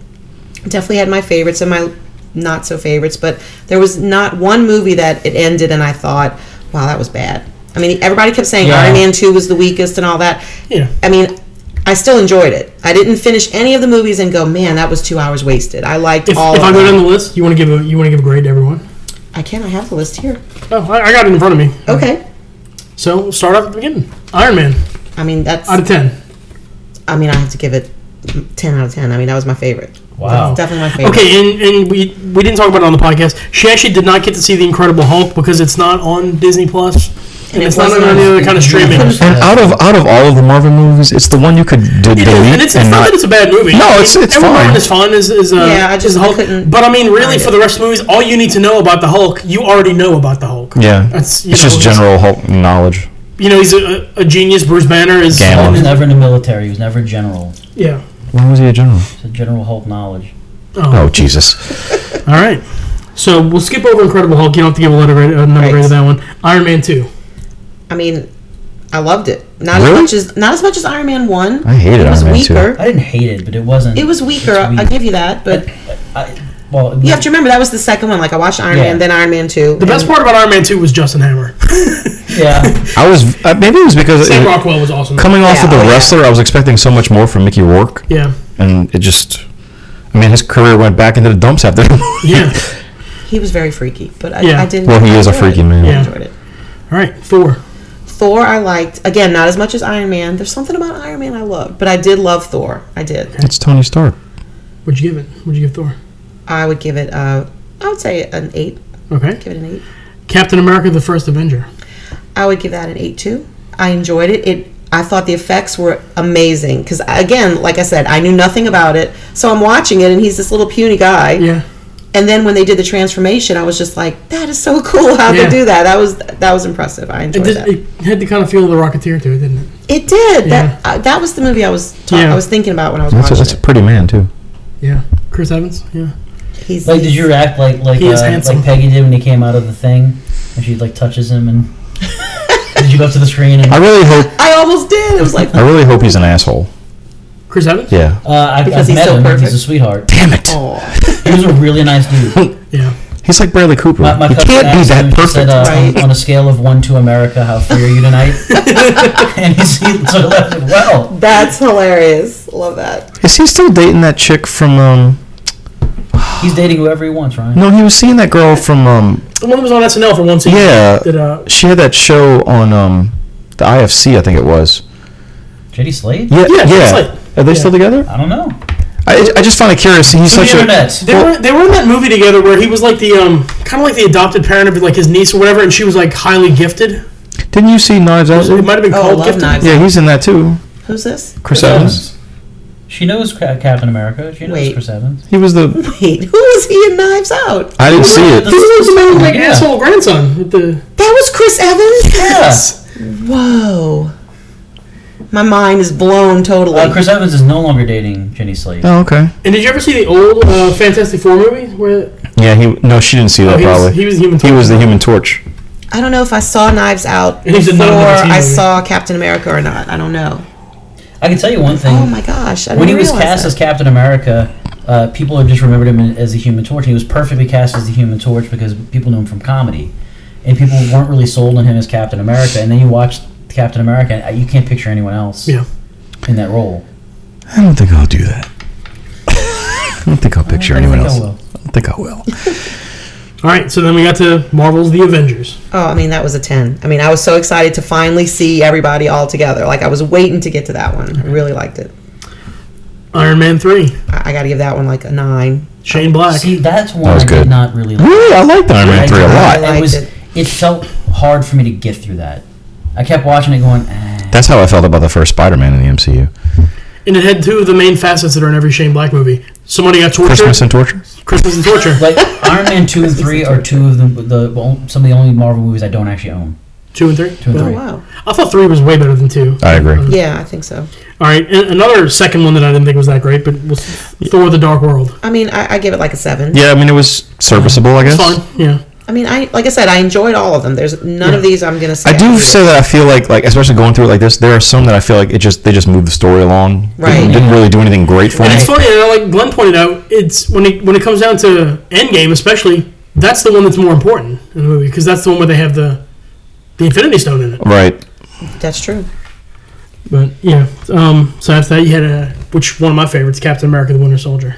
Speaker 2: Definitely had my favorites and my not so favorites, but there was not one movie that it ended and I thought, wow, that was bad. I mean, everybody kept saying
Speaker 1: Yeah.
Speaker 2: Iron Man 2 was the weakest and all that.
Speaker 4: Yeah.
Speaker 2: I mean, I still enjoyed it. I didn't finish any of the movies and go, man, that was two hours wasted. I liked
Speaker 4: If,
Speaker 2: all.
Speaker 4: if
Speaker 2: of
Speaker 4: I go
Speaker 2: them.
Speaker 4: down the list, you want to give a you want to give a grade to everyone.
Speaker 2: I can. I have the list here.
Speaker 4: Oh, I, I got it in front of me.
Speaker 2: Okay.
Speaker 4: So we'll start off at the beginning. Iron Man
Speaker 2: I mean, that's.
Speaker 4: out of ten.
Speaker 2: I mean, I have to give it ten out of ten. I mean, that was my favorite.
Speaker 1: wow.
Speaker 2: Definitely my favorite.
Speaker 4: Okay, and, and we we didn't talk about it on the podcast. She actually did not get to see the Incredible Hulk because it's not on Disney Plus, and,
Speaker 2: And it
Speaker 4: it's not on
Speaker 2: wasn't on
Speaker 4: any other kind of streaming.
Speaker 1: Yeah.
Speaker 4: And,
Speaker 3: And out of out of all of the Marvel movies, it's the one you could d- delete
Speaker 4: and it's, it's
Speaker 3: and
Speaker 4: not,
Speaker 3: not.
Speaker 4: that it's a bad movie.
Speaker 3: No, it's- it's
Speaker 4: Everyone
Speaker 3: fine.
Speaker 4: Is fine is is uh,
Speaker 2: Yeah, I
Speaker 4: is
Speaker 2: just-
Speaker 4: the
Speaker 2: I
Speaker 4: Hulk.
Speaker 2: couldn't
Speaker 4: but I mean, really,
Speaker 2: find
Speaker 4: for the rest of the movies, all you need to know about the Hulk, you already know about the Hulk.
Speaker 3: yeah,
Speaker 4: That's- you
Speaker 3: it's
Speaker 4: know,
Speaker 3: just
Speaker 4: he's-
Speaker 3: general Hulk knowledge.
Speaker 4: You know, he's a, a genius. Bruce Banner is
Speaker 3: Gamma.
Speaker 1: He was never in the military. He was never a general.
Speaker 4: yeah.
Speaker 3: When was he a general?
Speaker 1: It's a general Hulk knowledge.
Speaker 3: Oh Jesus!
Speaker 4: All right. So we'll skip over Incredible Hulk. You don't have to give a letter grade, a number
Speaker 2: Right.
Speaker 4: grade to that one. Iron Man two.
Speaker 2: I mean, I loved it. Not
Speaker 3: Really?
Speaker 2: as much as not as much as Iron Man one.
Speaker 3: I hated
Speaker 2: it was
Speaker 3: Iron Man two.
Speaker 2: weaker.
Speaker 1: I didn't hate it, but it wasn't.
Speaker 2: It was weaker.
Speaker 1: it's weak.
Speaker 2: I give you that, but
Speaker 1: I, well,
Speaker 2: you have to remember that was the second one. Like I watched Iron
Speaker 1: Yeah.
Speaker 2: Man, then Iron Man two.
Speaker 4: The best part about Iron Man two was Justin Hammer.
Speaker 1: yeah.
Speaker 3: I was uh, maybe it was because
Speaker 4: Sam
Speaker 3: it-
Speaker 4: Rockwell was awesome.
Speaker 3: coming off
Speaker 2: Yeah,
Speaker 3: of the
Speaker 2: oh, yeah.
Speaker 3: wrestler, I was expecting so much more from Mickey Rourke,
Speaker 4: Yeah.
Speaker 3: and it just. I mean, his career went back into the dumps after.
Speaker 4: Yeah.
Speaker 2: He was very freaky, but I,
Speaker 4: Yeah.
Speaker 2: I didn't.
Speaker 3: well, he is a
Speaker 2: enjoy it.
Speaker 3: freaky man.
Speaker 4: Yeah.
Speaker 2: I enjoyed it.
Speaker 4: All right. Four.
Speaker 2: Thor, I liked again not as much as Iron Man. There's something about Iron Man I loved, but I did love Thor. I did.
Speaker 3: It's Tony Stark.
Speaker 4: What'd you give it? What'd you give Thor?
Speaker 2: I would give it. Uh, I would say an eight.
Speaker 4: Okay.
Speaker 2: Give it an eight.
Speaker 4: Captain America: The First Avenger.
Speaker 2: I would give that an eight too. I enjoyed it. It. I thought the effects were amazing because again, like I said, I knew nothing about it. So I'm watching it, and he's this little puny guy.
Speaker 4: Yeah.
Speaker 2: And then when they did the transformation, I was just like, "That is so cool! How would
Speaker 4: Yeah.
Speaker 2: they do that? That was that was impressive. I
Speaker 4: It,
Speaker 2: enjoyed
Speaker 4: did,
Speaker 2: that.
Speaker 4: it had the kind of feel of the Rocketeer to it, didn't it?
Speaker 2: It did.
Speaker 4: Yeah.
Speaker 2: That uh, that was the movie I was ta-
Speaker 4: Yeah.
Speaker 2: I was thinking about when I was
Speaker 3: That's a,
Speaker 2: watching
Speaker 3: that's a pretty man too.
Speaker 4: Yeah. Chris Evans. Yeah.
Speaker 2: it. He's
Speaker 1: Like, did you react like like
Speaker 4: He is
Speaker 1: uh,
Speaker 4: handsome.
Speaker 1: like Peggy did when he came out of the thing, when she like touches him and did you go up to the screen and
Speaker 3: I
Speaker 1: uh,
Speaker 3: really hope.
Speaker 2: I almost did. It was like,
Speaker 3: I really hope he's an asshole.
Speaker 4: Chris Evans.
Speaker 3: Yeah.
Speaker 1: I, Uh, I've
Speaker 2: Because he's
Speaker 1: met
Speaker 2: so
Speaker 1: him.
Speaker 2: perfect.
Speaker 1: He's a sweetheart.
Speaker 3: Damn it!
Speaker 2: oh.
Speaker 1: He was a really nice dude.
Speaker 4: Yeah.
Speaker 3: He's like Bradley Cooper.
Speaker 1: My, my
Speaker 3: he
Speaker 1: cousin
Speaker 3: can't be
Speaker 1: asked him,
Speaker 3: that
Speaker 1: she Said,
Speaker 3: perfect.
Speaker 1: uh,
Speaker 2: Right.
Speaker 1: on, on a scale of one to America, how free are you tonight? and he seemed so left it well.
Speaker 2: That's hilarious. Love that.
Speaker 3: Is he still dating that chick from? um
Speaker 1: He's dating whoever he wants, Ryan.
Speaker 3: No, he was seeing that girl from. um
Speaker 4: The one that was on SNL for one season.
Speaker 3: Yeah,
Speaker 4: That uh.
Speaker 3: she had that show on um the IFC, I think it was.
Speaker 1: JD Slade?
Speaker 3: Yeah,
Speaker 4: Yeah,
Speaker 3: yeah.
Speaker 4: that's like-
Speaker 3: Are they still
Speaker 4: yeah.
Speaker 3: together?
Speaker 1: I don't know.
Speaker 3: I, I just find it curious. He's
Speaker 1: The
Speaker 3: such a
Speaker 1: internet.
Speaker 4: They were they were in that movie together where he was like the um kind of like the adopted parent of like his niece or whatever, and she was like highly gifted.
Speaker 3: didn't you see Knives Out?
Speaker 4: It might have been
Speaker 2: Oh,
Speaker 4: called
Speaker 2: Love
Speaker 4: Gifted.
Speaker 2: Knives.
Speaker 3: Yeah, he's in that too.
Speaker 2: Who's this?
Speaker 3: Chris Evans.
Speaker 1: She knows Ca- Captain America. She knows
Speaker 2: Wait.
Speaker 1: Chris Evans.
Speaker 3: He was the.
Speaker 2: Wait, who was he in Knives Out?
Speaker 3: I didn't see
Speaker 4: This
Speaker 3: it.
Speaker 4: is the man with, like
Speaker 1: Yeah.
Speaker 4: asshole grandson with the
Speaker 2: That was Chris Evans?
Speaker 1: Yes.
Speaker 2: Whoa. My mind is blown totally.
Speaker 1: Uh, Chris Evans is no longer dating Jenny Slade.
Speaker 3: Oh, okay.
Speaker 4: And did you ever see the old uh, Fantastic Four movie where oh,
Speaker 3: Yeah, Oh, he. No, she didn't see that.
Speaker 4: he, was,
Speaker 3: probably.
Speaker 4: he was human?
Speaker 3: He was the Human Torch.
Speaker 2: I don't know if I saw Knives Out
Speaker 4: And he's
Speaker 2: before
Speaker 4: a non-Nazi
Speaker 2: I
Speaker 4: movie.
Speaker 2: saw Captain America or not. I don't know.
Speaker 1: I can tell you one thing.
Speaker 2: Oh my gosh! I
Speaker 1: when he
Speaker 2: didn't
Speaker 1: was
Speaker 2: realize
Speaker 1: cast
Speaker 2: that.
Speaker 1: as Captain America, uh, people have just remembered him as the Human Torch. And he was perfectly cast as the Human Torch because people knew him from comedy, and people weren't really sold on him as Captain America. And then you watch Captain America, and uh, you can't picture anyone else
Speaker 4: Yeah.
Speaker 1: in that role.
Speaker 3: I don't think I'll do that. I don't think I'll picture
Speaker 1: I
Speaker 3: anyone
Speaker 1: think I
Speaker 3: else. I
Speaker 1: will.
Speaker 3: don't think I will.
Speaker 4: All right, so then we got to Marvel's The Avengers.
Speaker 2: Oh, I mean, that was a 10. I mean, I was so excited to finally see everybody all together. Like, I was waiting to get to that one. I really liked it.
Speaker 4: Iron Man 3,
Speaker 2: I, I got to give that one like a 9.
Speaker 4: Shane Black.
Speaker 1: See, that's one
Speaker 3: That was
Speaker 1: I
Speaker 3: good.
Speaker 1: did not really like.
Speaker 3: Really, I liked Iron Man
Speaker 1: I
Speaker 3: three a
Speaker 1: did
Speaker 3: lot.
Speaker 1: not-
Speaker 2: I
Speaker 1: It was.
Speaker 2: liked
Speaker 1: It felt hard for me to get through that. I kept watching it, going. Eh.
Speaker 3: That's how I felt about the first Spider-Man in the MCU.
Speaker 4: And it had two of the main facets that are in every Shane Black movie. Somebody got tortured,
Speaker 3: Christmas
Speaker 4: Christmas,
Speaker 3: and torture.
Speaker 4: and torture.
Speaker 1: Like Iron Man two and three are two of the, the well, some of the only Marvel movies I don't actually own.
Speaker 4: two and three.
Speaker 1: Two and
Speaker 4: Well,
Speaker 2: Oh,
Speaker 1: three.
Speaker 2: wow.
Speaker 4: I thought three was way better than two.
Speaker 3: I agree.
Speaker 2: Yeah, I think so.
Speaker 4: All right, and another second one that I didn't think was that great, but was Thor: The Dark World.
Speaker 2: I mean, I, I give it like a 7.
Speaker 3: Yeah, I mean it was serviceable. I
Speaker 4: It's
Speaker 3: guess.
Speaker 4: fine. Yeah.
Speaker 2: I mean, I like I said, I enjoyed all of them. There's none of these I'm going to say.
Speaker 3: I do say that I feel like, like especially going through it like this, there are some that I feel like it just they just moved the story along. They
Speaker 2: Right.
Speaker 3: didn't really do anything great for
Speaker 4: And
Speaker 3: me.
Speaker 4: it's funny, you know, like Glenn pointed out, it's when it when it comes down to Endgame, especially that's the one that's more important in the movie because that's the one where they have the the Infinity Stone in it.
Speaker 3: Right.
Speaker 2: That's true.
Speaker 4: But yeah, um, so after that, you had a which one of my favorites, Captain America: The Winter Soldier.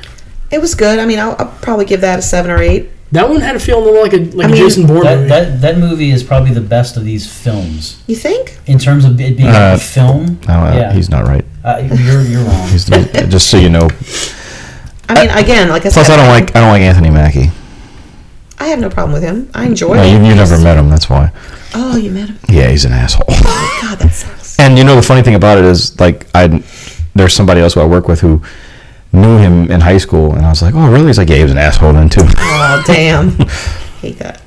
Speaker 2: It was good. I mean, I'll, I'll probably give that a 7 or 8.
Speaker 4: That one had a feeling more like a like
Speaker 2: I
Speaker 4: a
Speaker 2: mean,
Speaker 4: Jason Bourne
Speaker 1: That,
Speaker 4: movie.
Speaker 1: that that movie is probably the best of these films
Speaker 2: You think?
Speaker 1: in terms of it being
Speaker 3: Uh,
Speaker 1: a film.
Speaker 3: No, uh,
Speaker 1: yeah,
Speaker 3: he's not right.
Speaker 1: uh, you're you're wrong.
Speaker 3: He's just so you know.
Speaker 2: I mean, again, like I said,
Speaker 3: Plus, I don't like I don't like Anthony Mackie.
Speaker 2: I have no problem with him. I enjoyed
Speaker 3: No,
Speaker 2: it.
Speaker 3: you, you never met him. That's why.
Speaker 2: Oh, you met him. Oh,
Speaker 3: Yeah, he's an asshole.
Speaker 2: God, that sucks.
Speaker 3: And you know the funny thing about it is like I there's somebody else who I work with who knew him in high school, and I was like, oh really? He's like, yeah, he was an asshole then too.
Speaker 2: Oh, damn. Hate that.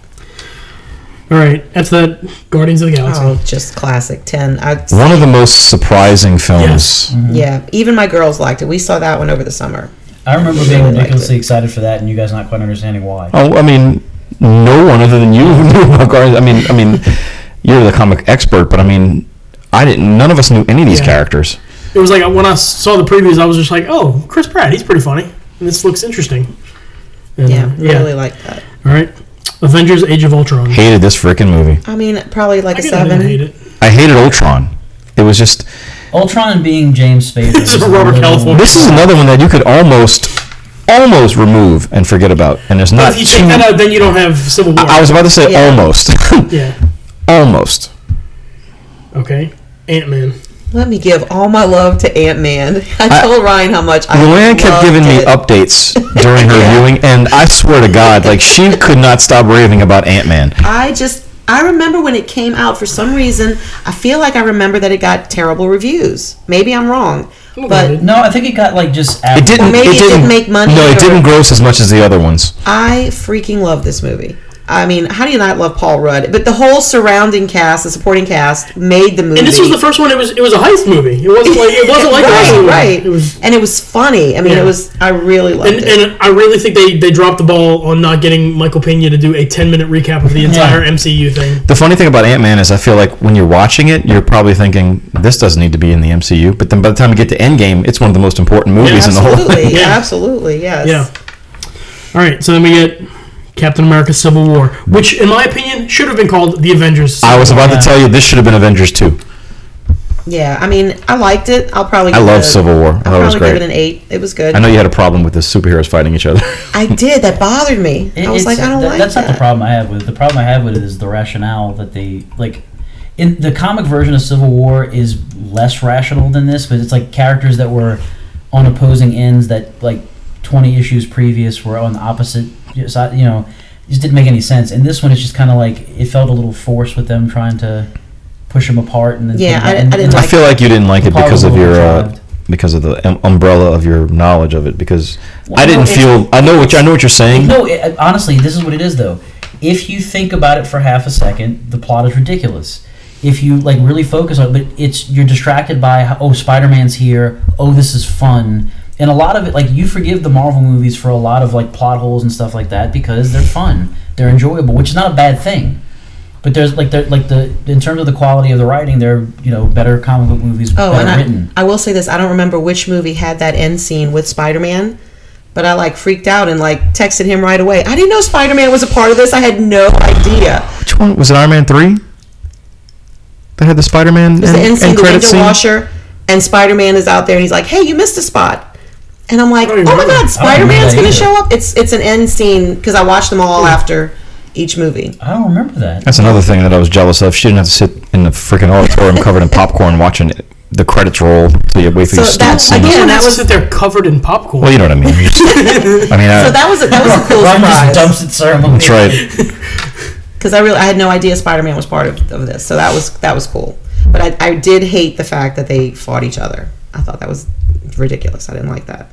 Speaker 4: All right, after that, Guardians of the Galaxy.
Speaker 2: Oh, just classic. 10. I'd
Speaker 3: One of the most surprising films.
Speaker 2: Yeah, even my girls liked it. We saw that one over the summer.
Speaker 1: Mm-hmm. I remember being
Speaker 2: Really liked
Speaker 1: ridiculously excited for that, and you guys not quite understanding why.
Speaker 3: Oh, I mean, no one other than you knew about Guardians. I mean, I mean, you're the comic expert, but I mean, I didn't. None of us knew any of these
Speaker 4: Yeah.
Speaker 3: characters.
Speaker 4: It was like when I saw the previews, I was just like, "Oh, Chris Pratt, he's pretty funny, and this looks interesting." And,
Speaker 3: Mm-hmm.
Speaker 4: uh,
Speaker 2: Yeah, really liked that.
Speaker 4: All right, Avengers: Age of Ultron.
Speaker 3: Hated this freaking movie.
Speaker 2: I mean, probably like
Speaker 4: I
Speaker 2: a
Speaker 4: can I didn't hate
Speaker 2: seven.
Speaker 4: it.
Speaker 3: I hated Ultron. It was just.
Speaker 1: Ultron being James Spader.
Speaker 4: This is
Speaker 1: a
Speaker 4: Robert
Speaker 1: little-
Speaker 4: California.
Speaker 3: This is another one that you could almost, almost remove and forget about, and it's not.
Speaker 4: If you take
Speaker 3: too-
Speaker 4: that out, then you don't have Civil War.
Speaker 3: I was about to say
Speaker 2: Yeah.
Speaker 3: almost,
Speaker 4: yeah.
Speaker 3: almost.
Speaker 4: Okay. Ant Man.
Speaker 2: Let me give all my love to Ant Man. I told Ryan how much I
Speaker 3: Luann kept
Speaker 2: loved
Speaker 3: giving me
Speaker 2: it.
Speaker 3: updates during her viewing, and I swear to God, like she could not stop raving about Ant Man.
Speaker 2: I just I remember when it came out for some reason. I feel like I remember that it got terrible reviews. Maybe I'm wrong, but
Speaker 1: No, I think it got like just.
Speaker 3: It didn't.
Speaker 2: maybe it didn't make money
Speaker 3: No, it
Speaker 2: or-
Speaker 3: didn't gross as much as the other ones.
Speaker 2: I freaking love this movie. I mean, how do you not love Paul Rudd? But the whole surrounding cast, the supporting cast, made the movie.
Speaker 4: And this was the first one. It was it was a heist movie. It wasn't like it wasn't like the
Speaker 2: right,
Speaker 4: other one.
Speaker 2: right.
Speaker 4: It was.
Speaker 2: and it was funny. I mean,
Speaker 4: Yeah.
Speaker 2: it was. I really loved
Speaker 4: And,
Speaker 2: it.
Speaker 4: and I really think they, they dropped the ball on not getting Michael Pena to do a 10 minute recap of the entire MCU thing.
Speaker 3: The funny thing about Ant Man is, I feel like when you're watching it, you're probably thinking this doesn't need to be in the MCU. But then by the time you get to Endgame, it's one of the most important movies in the whole.
Speaker 2: absolutely,
Speaker 4: Yeah.
Speaker 2: absolutely, yes.
Speaker 4: Yeah. All right, so then we get Captain America Civil War, which, in my opinion, should have been called The Avengers. Civil
Speaker 3: I was about
Speaker 1: Yeah.
Speaker 3: to tell you this should have been Avengers two.
Speaker 2: Yeah, I mean, I liked it. I'll probably.
Speaker 3: I
Speaker 2: give
Speaker 3: love
Speaker 2: it a-
Speaker 3: Civil War. I
Speaker 2: I'll
Speaker 3: thought it was
Speaker 2: probably give it an
Speaker 3: great.
Speaker 2: eight. It was good.
Speaker 3: I know you had a problem with the superheroes fighting each other.
Speaker 2: I did. That bothered me.
Speaker 1: It-
Speaker 2: I was
Speaker 1: it's-
Speaker 2: like, I don't
Speaker 1: that-
Speaker 2: like
Speaker 1: That's
Speaker 2: that.
Speaker 1: not the problem I have with it. The problem I have with it is the rationale that they like. In the comic version of Civil War is less rational than this, but it's like characters that were on opposing ends that like twenty issues previous were on the opposite you know, side. You know, it just didn't make any sense. And this one, it's just kind of like it felt a little forced with them trying to push them apart. And then
Speaker 2: Yeah, I- I didn't
Speaker 3: I
Speaker 2: like-
Speaker 3: feel like you didn't like it
Speaker 1: Paul was
Speaker 3: because
Speaker 1: a
Speaker 3: of
Speaker 1: little
Speaker 3: your uh,
Speaker 1: contrived.
Speaker 3: because of the um, umbrella of your knowledge of it. Because
Speaker 1: no,
Speaker 3: I didn't
Speaker 1: it's-
Speaker 3: feel. I know what you- I know what you're saying.
Speaker 1: No, it, honestly, this is what it is though. If you think about it for half a second, the plot is ridiculous. If you like really focus on it, but it's you're distracted by how- oh Spider-Man's here, oh this is fun. And a lot of it like you forgive the Marvel movies for a lot of like plot holes and stuff like that because they're fun. They're enjoyable, which is not a bad thing. But there's like there like the in terms of the quality of the writing, there are, you know better comic book movies
Speaker 2: Oh,
Speaker 1: better
Speaker 2: and I,
Speaker 1: written.
Speaker 2: I will say this: I don't remember which movie had that end scene with Spider-Man, but I like freaked out and like texted him right away. I didn't know Spider-Man was a part of this. I had no idea.
Speaker 3: Which one was it? Iron Man three. They had the Spider Man
Speaker 2: It was the end scene,
Speaker 3: and
Speaker 2: the
Speaker 3: credit
Speaker 2: window
Speaker 3: scene.
Speaker 2: washer, and Spider-Man is out there, and he's like, "Hey, you missed a spot." And I'm like,
Speaker 4: I
Speaker 2: "Oh
Speaker 4: don't even
Speaker 2: my
Speaker 4: remember.
Speaker 2: God,
Speaker 1: I don't remember
Speaker 2: Spider-Man's
Speaker 1: that
Speaker 2: gonna
Speaker 1: either.
Speaker 2: show up!" It's it's an end scene because I watched them all after each movie.
Speaker 1: I don't remember that.
Speaker 3: That's another thing that I was jealous of. She didn't have to sit in the freaking auditorium covered in popcorn watching it- the credits roll so you wait for
Speaker 2: So
Speaker 3: your stupid
Speaker 2: that-
Speaker 3: scene.
Speaker 2: again-
Speaker 4: Yeah,
Speaker 2: and
Speaker 4: that
Speaker 2: that
Speaker 4: was
Speaker 2: was-
Speaker 4: that they're covered in popcorn.
Speaker 3: Well, you know what I mean. I mean, I,
Speaker 2: So that was a, that was a cool
Speaker 1: Ron just
Speaker 2: surprise
Speaker 1: dumps it ceremony.
Speaker 3: that's right.
Speaker 2: because I really I had no idea Spider-Man was part of, of this, so that was that was cool. But I, I did hate the fact that they fought each other. I thought that was ridiculous. I didn't like that.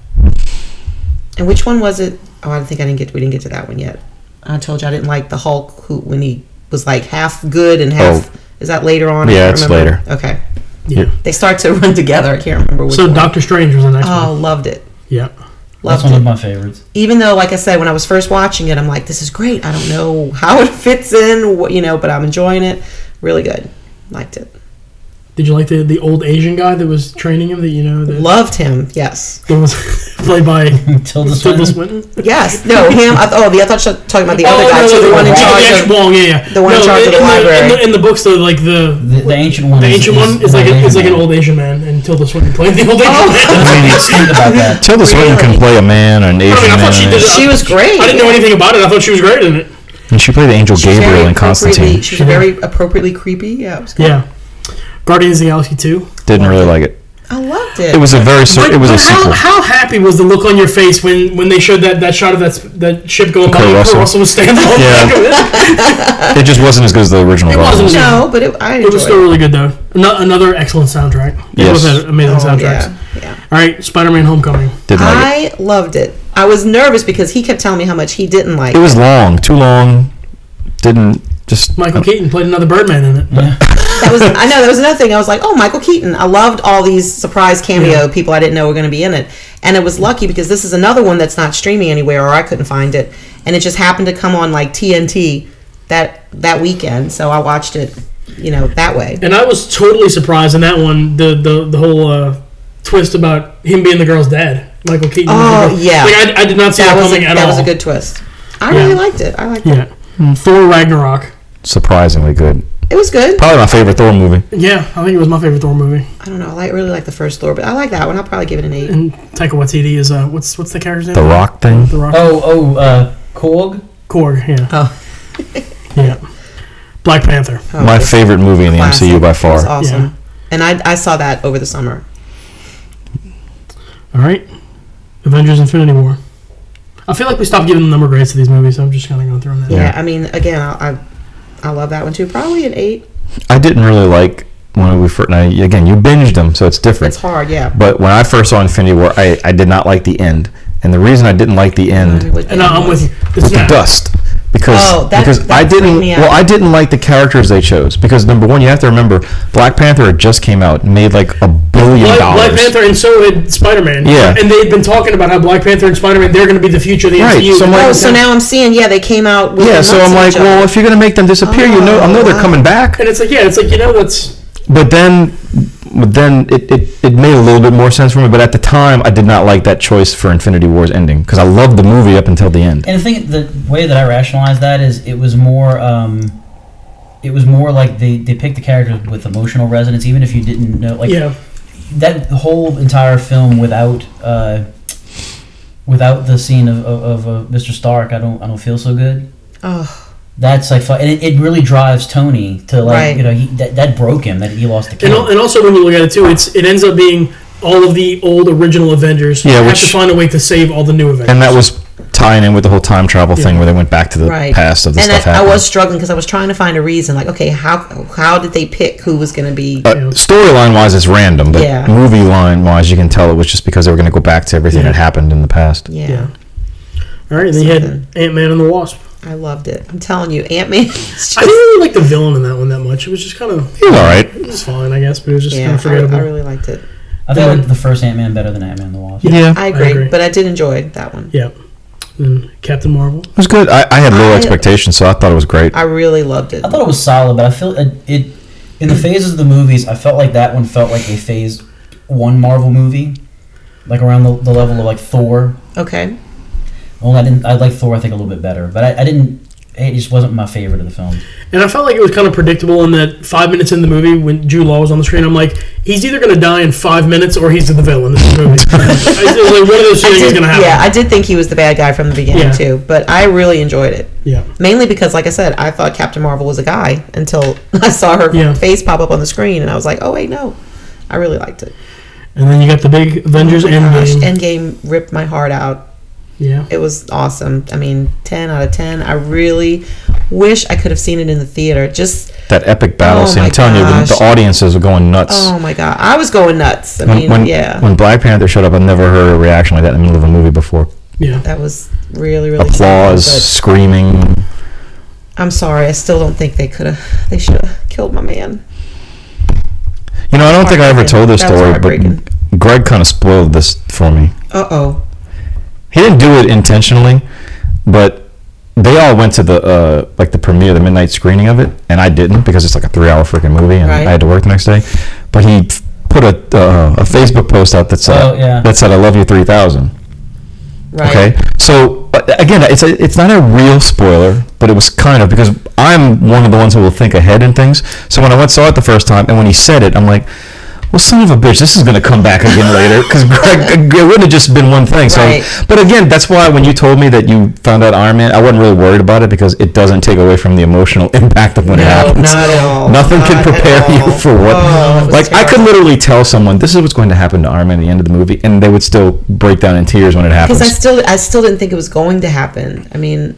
Speaker 2: And which one was it? Oh, I think I didn't get we didn't get to that one yet. I told you I didn't like the Hulk who when he was like half good and half.
Speaker 3: Oh.
Speaker 2: Is that later on? I
Speaker 3: Yeah,
Speaker 2: can't
Speaker 3: it's
Speaker 2: remember. Okay,
Speaker 4: yeah.
Speaker 2: they start to run together. I can't remember which.
Speaker 4: So
Speaker 2: one.
Speaker 4: Doctor Strange was the next
Speaker 2: Oh,
Speaker 4: one.
Speaker 2: loved it.
Speaker 4: Yeah.
Speaker 1: That's
Speaker 2: Loved
Speaker 1: one
Speaker 2: it
Speaker 1: of my favorites.
Speaker 2: even though like i said when i was first watching it i'm like this is great i don't know how it fits in what, you know but i'm enjoying it really good liked it
Speaker 4: Did you like the, the old Asian guy that was training him? That you know that,
Speaker 2: loved him yes
Speaker 4: that was played by
Speaker 1: Tilda
Speaker 4: Tilda
Speaker 1: Swinton.
Speaker 4: Swinton.
Speaker 2: yes no him I, oh the i thought you were talking about the other
Speaker 4: Oh,
Speaker 2: guy
Speaker 4: no,
Speaker 2: too, the one in
Speaker 4: yeah,
Speaker 2: charge
Speaker 4: actual-
Speaker 2: of
Speaker 4: Wong, yeah, yeah.
Speaker 2: the one in charge of the
Speaker 4: in
Speaker 2: library.
Speaker 4: In the, in the books, though, like the
Speaker 1: The, the ancient one.
Speaker 4: the ancient one is like a, is like an old Asian man, and Tilda Swinton played the
Speaker 2: Oh.
Speaker 4: old Asian man.
Speaker 1: I mean, it's think about that.
Speaker 3: Tilda Swinton can play a man or an Asian
Speaker 4: I mean, I
Speaker 3: man,
Speaker 4: thought she
Speaker 3: and
Speaker 4: did.
Speaker 3: it's-
Speaker 2: She was great.
Speaker 4: I didn't know anything about it. I thought she was great in it.
Speaker 3: and she played the angel
Speaker 2: She's
Speaker 3: Gabriel
Speaker 2: very
Speaker 3: in Constantine.
Speaker 2: appropriately- she's very appropriately creepy yeah it was good.
Speaker 4: Yeah. Guardians of the Galaxy two.
Speaker 3: Didn't really like it.
Speaker 2: i loved it
Speaker 3: It was a very sur- it was a
Speaker 4: how,
Speaker 3: sequel.
Speaker 4: how happy was the look on your face when, when they showed that, that shot of that s- that ship going by?
Speaker 3: Kurt
Speaker 4: and Kurt
Speaker 3: Russell.
Speaker 4: Russell was standing on the
Speaker 3: Yeah.
Speaker 4: back of it.
Speaker 3: It just wasn't as good as the original.
Speaker 4: It
Speaker 3: Gotham.
Speaker 4: wasn't.
Speaker 2: no but it, i enjoyed
Speaker 4: It was still really good though. Ano- another excellent soundtrack. It was
Speaker 3: Yes.
Speaker 4: an amazing
Speaker 2: Oh,
Speaker 4: soundtracks.
Speaker 2: yeah, yeah.
Speaker 4: All right, Spider-Man: Homecoming.
Speaker 3: Didn't like it.
Speaker 2: i loved it i was nervous because he kept telling me how much he didn't like
Speaker 3: It was long, too long. Didn't just
Speaker 4: Michael Keaton played another Birdman in it.
Speaker 2: That was I know that was another thing. I was like, oh, Michael Keaton. I loved all these surprise cameo people I didn't know were going to be in it, and it was lucky because this is another one that's not streaming anywhere, or I couldn't find it, and it just happened to come on like TNT that that weekend, so I watched it, you know, that way.
Speaker 4: And I was totally surprised in that one. The the, the whole uh, twist about him being the girl's dad, Michael Keaton.
Speaker 2: Oh, yeah.
Speaker 4: Like I, I did not see that,
Speaker 2: That was a,
Speaker 4: coming at
Speaker 2: that
Speaker 4: all.
Speaker 2: was a good twist. I
Speaker 4: Yeah.
Speaker 2: really liked it. I liked it.
Speaker 4: yeah.
Speaker 3: Hmm.
Speaker 4: Thor Ragnarok.
Speaker 3: surprisingly good.
Speaker 2: It was good.
Speaker 3: Probably my favorite Thor movie.
Speaker 4: Yeah, I think it was my favorite Thor movie.
Speaker 2: I don't know. I like, really like the first Thor, but I like that one. I'll probably give it an eight.
Speaker 4: And Taika Waititi is uh, what's what's the character's name?
Speaker 3: The Rock thing.
Speaker 4: The Rock.
Speaker 1: Oh, oh, uh, Korg.
Speaker 4: Korg. Yeah.
Speaker 2: Oh.
Speaker 4: yeah. Black Panther.
Speaker 2: Oh,
Speaker 3: my
Speaker 2: it was
Speaker 3: favorite movie in the
Speaker 2: classic.
Speaker 3: MCU by
Speaker 2: It was
Speaker 3: far.
Speaker 2: awesome.
Speaker 4: Yeah.
Speaker 2: And I, I saw that over the summer.
Speaker 4: All right. Avengers: Infinity War. I feel like we stopped giving the number grades to these movies, so I'm just kind of going through them. Now.
Speaker 2: Yeah, I mean, again, I, I I love that one too. Probably an eight.
Speaker 3: I didn't really like when we first. Now, again, you binged them, so it's different.
Speaker 2: It's hard, yeah.
Speaker 3: But when I first saw Infinity War, I, I did not like the end, and the reason I didn't like the end
Speaker 2: Would
Speaker 4: And
Speaker 2: be-
Speaker 4: I- I'm with you. The
Speaker 3: was the
Speaker 4: snap.
Speaker 3: dust because
Speaker 2: Oh, that-
Speaker 3: because
Speaker 2: that
Speaker 3: I didn't
Speaker 2: freaked me out.
Speaker 3: well I didn't like the characters they chose because number one you have to remember Black Panther just came out and made like a billion
Speaker 4: Black,
Speaker 3: dollars.
Speaker 4: Black Panther and so had Spider Man.
Speaker 3: Yeah.
Speaker 4: And they've been talking about how Black Panther and Spider Man they're going to be the future of the
Speaker 3: Right,
Speaker 4: MCU.
Speaker 3: so I'm like-
Speaker 2: oh, so now I'm seeing. Yeah, they came out. With
Speaker 3: yeah, so I'm like, well, if you're gonna make them disappear, you know, I know they're
Speaker 2: Oh,
Speaker 3: coming back.
Speaker 4: and it's like yeah, it's like you know that's
Speaker 3: But then, but then it, it, it made a little bit more sense for me. But at the time, I did not like that choice for Infinity War's ending because I loved the movie up until the end.
Speaker 1: And the thing, the way that I rationalized that is, it was more, um, it was more like they they picked the characters with emotional resonance, even if you didn't know, like
Speaker 4: yeah.
Speaker 1: that whole entire film without. Uh, Without the scene of, of, of uh, Mr. Stark, I don't I don't feel so good.
Speaker 2: oh,
Speaker 1: That's like fu- and it, it really drives Tony to like
Speaker 2: Right.
Speaker 1: you know he, that, that broke him that he lost the kid.
Speaker 4: And, al- and also when you look at it too, it's it ends up being all of the old original Avengers
Speaker 3: Yeah,
Speaker 4: have
Speaker 3: which-
Speaker 4: to find a way to save all the new Avengers.
Speaker 3: And that was tying in with the whole time travel thing where they went back to the
Speaker 2: right.
Speaker 3: past of the
Speaker 2: and
Speaker 3: stuff
Speaker 2: I, I
Speaker 3: happening.
Speaker 2: was struggling because I was trying to find a reason. Like, okay, how how did they pick who was going to be?
Speaker 3: Uh, Storyline wise, it's random, but
Speaker 2: Yeah.
Speaker 3: movie line wise, you can tell it was just because they were going to go back to everything
Speaker 4: Yeah.
Speaker 3: that happened in the past.
Speaker 2: yeah,
Speaker 4: yeah. All right, and then you had Ant Man and the Wasp.
Speaker 2: I loved it. I'm telling you, Ant Man.
Speaker 4: I didn't really like the villain in that one that much. It was just kind of
Speaker 3: It was all right.
Speaker 4: it was fine, I guess, but it was just kind
Speaker 2: Yeah,
Speaker 4: of
Speaker 2: I,
Speaker 4: forgettable.
Speaker 2: I really liked it.
Speaker 1: I think I liked the first Ant Man better than Ant Man the Wasp.
Speaker 3: Yeah.
Speaker 2: I agree,
Speaker 4: agree.
Speaker 2: but I did enjoy that one.
Speaker 4: yeah. than Captain Marvel.
Speaker 3: It was good. I, I had low
Speaker 2: I-
Speaker 3: expectations, so I thought it was great.
Speaker 2: I really loved it.
Speaker 1: I thought it was solid, but I feel it, it in the phases of the movies. I felt like that one felt like a phase one Marvel movie, like around the, the level of like Thor.
Speaker 2: Okay.
Speaker 1: Only I didn't. I like Thor. I think a little bit better, but I, I didn't. It just wasn't my favorite of the film.
Speaker 4: And I felt like it was kind of predictable in that five minutes in the movie, when Jude Law was on the screen, I'm like, he's either going to die in five minutes or he's the villain in this movie. I was like, one of those two
Speaker 2: I
Speaker 4: things is
Speaker 2: did-
Speaker 4: going to happen.
Speaker 2: yeah, I did think he was the bad guy from the beginning
Speaker 4: Yeah.
Speaker 2: too, but I really enjoyed it.
Speaker 4: yeah.
Speaker 2: Mainly because, like I said, I thought Captain Marvel was a guy until I saw her
Speaker 4: Yeah.
Speaker 2: face pop up on the screen, and I was like, "Oh wait, no!" I really liked it.
Speaker 4: And then you got the big Avengers
Speaker 2: Oh Gosh,
Speaker 4: Endgame.
Speaker 2: Endgame ripped my heart out.
Speaker 4: yeah.
Speaker 2: It was awesome. I mean, ten out of ten. I really wish I could have seen it in the theater. Just
Speaker 3: That epic battle
Speaker 2: Oh
Speaker 3: scene.
Speaker 2: my
Speaker 3: I'm telling you, the,
Speaker 2: gosh.
Speaker 3: the audiences were going nuts.
Speaker 2: oh my god, I was going nuts. I
Speaker 3: when,
Speaker 2: mean,
Speaker 3: when,
Speaker 2: yeah,
Speaker 3: when Black Panther showed up, I've never heard a reaction like that in the middle of a movie before.
Speaker 4: Yeah.
Speaker 2: that was really really
Speaker 3: Applause,
Speaker 2: sad,
Speaker 3: screaming.
Speaker 2: but I'm sorry, I still don't think they could have. They should have killed my man.
Speaker 3: You know, I don't think I ever
Speaker 2: Heartbreaking.
Speaker 3: told this
Speaker 2: That was
Speaker 3: story,
Speaker 2: heartbreaking.
Speaker 3: but Greg kind of spoiled this for me.
Speaker 2: Uh oh.
Speaker 3: He didn't do it intentionally, but they all went to the uh, like the premiere, the midnight screening of it, and I didn't because it's like a three-hour freaking movie, and
Speaker 2: Right.
Speaker 3: I had to work the next day. But he f- put a uh, a Facebook post out that said
Speaker 1: Oh, yeah.
Speaker 3: that said "I love you 3000."
Speaker 2: Right.
Speaker 3: Okay, so uh, again, it's a, it's not a real spoiler, but it was kind of because I'm one of the ones who will think ahead in things. So when I went saw it the first time, and when he said it, I'm like, "Well, son of a bitch, this is gonna come back again later." Because it wouldn't have just been one thing. So,
Speaker 2: Right.
Speaker 3: but again, that's why when you told me that you found out Iron Man, I wasn't really worried about it because it doesn't take away from the emotional impact of when it
Speaker 2: No,
Speaker 3: happens.
Speaker 2: not at all.
Speaker 3: Nothing can
Speaker 2: Not at
Speaker 3: prepare you
Speaker 2: all.
Speaker 3: for what.
Speaker 2: Oh, it was
Speaker 3: like I could
Speaker 2: terrible.
Speaker 3: literally tell someone this is what's going to happen to Iron Man at the end of the movie, and they would still break down in tears when it happens.
Speaker 2: because I still I still didn't think it was going to happen. I mean,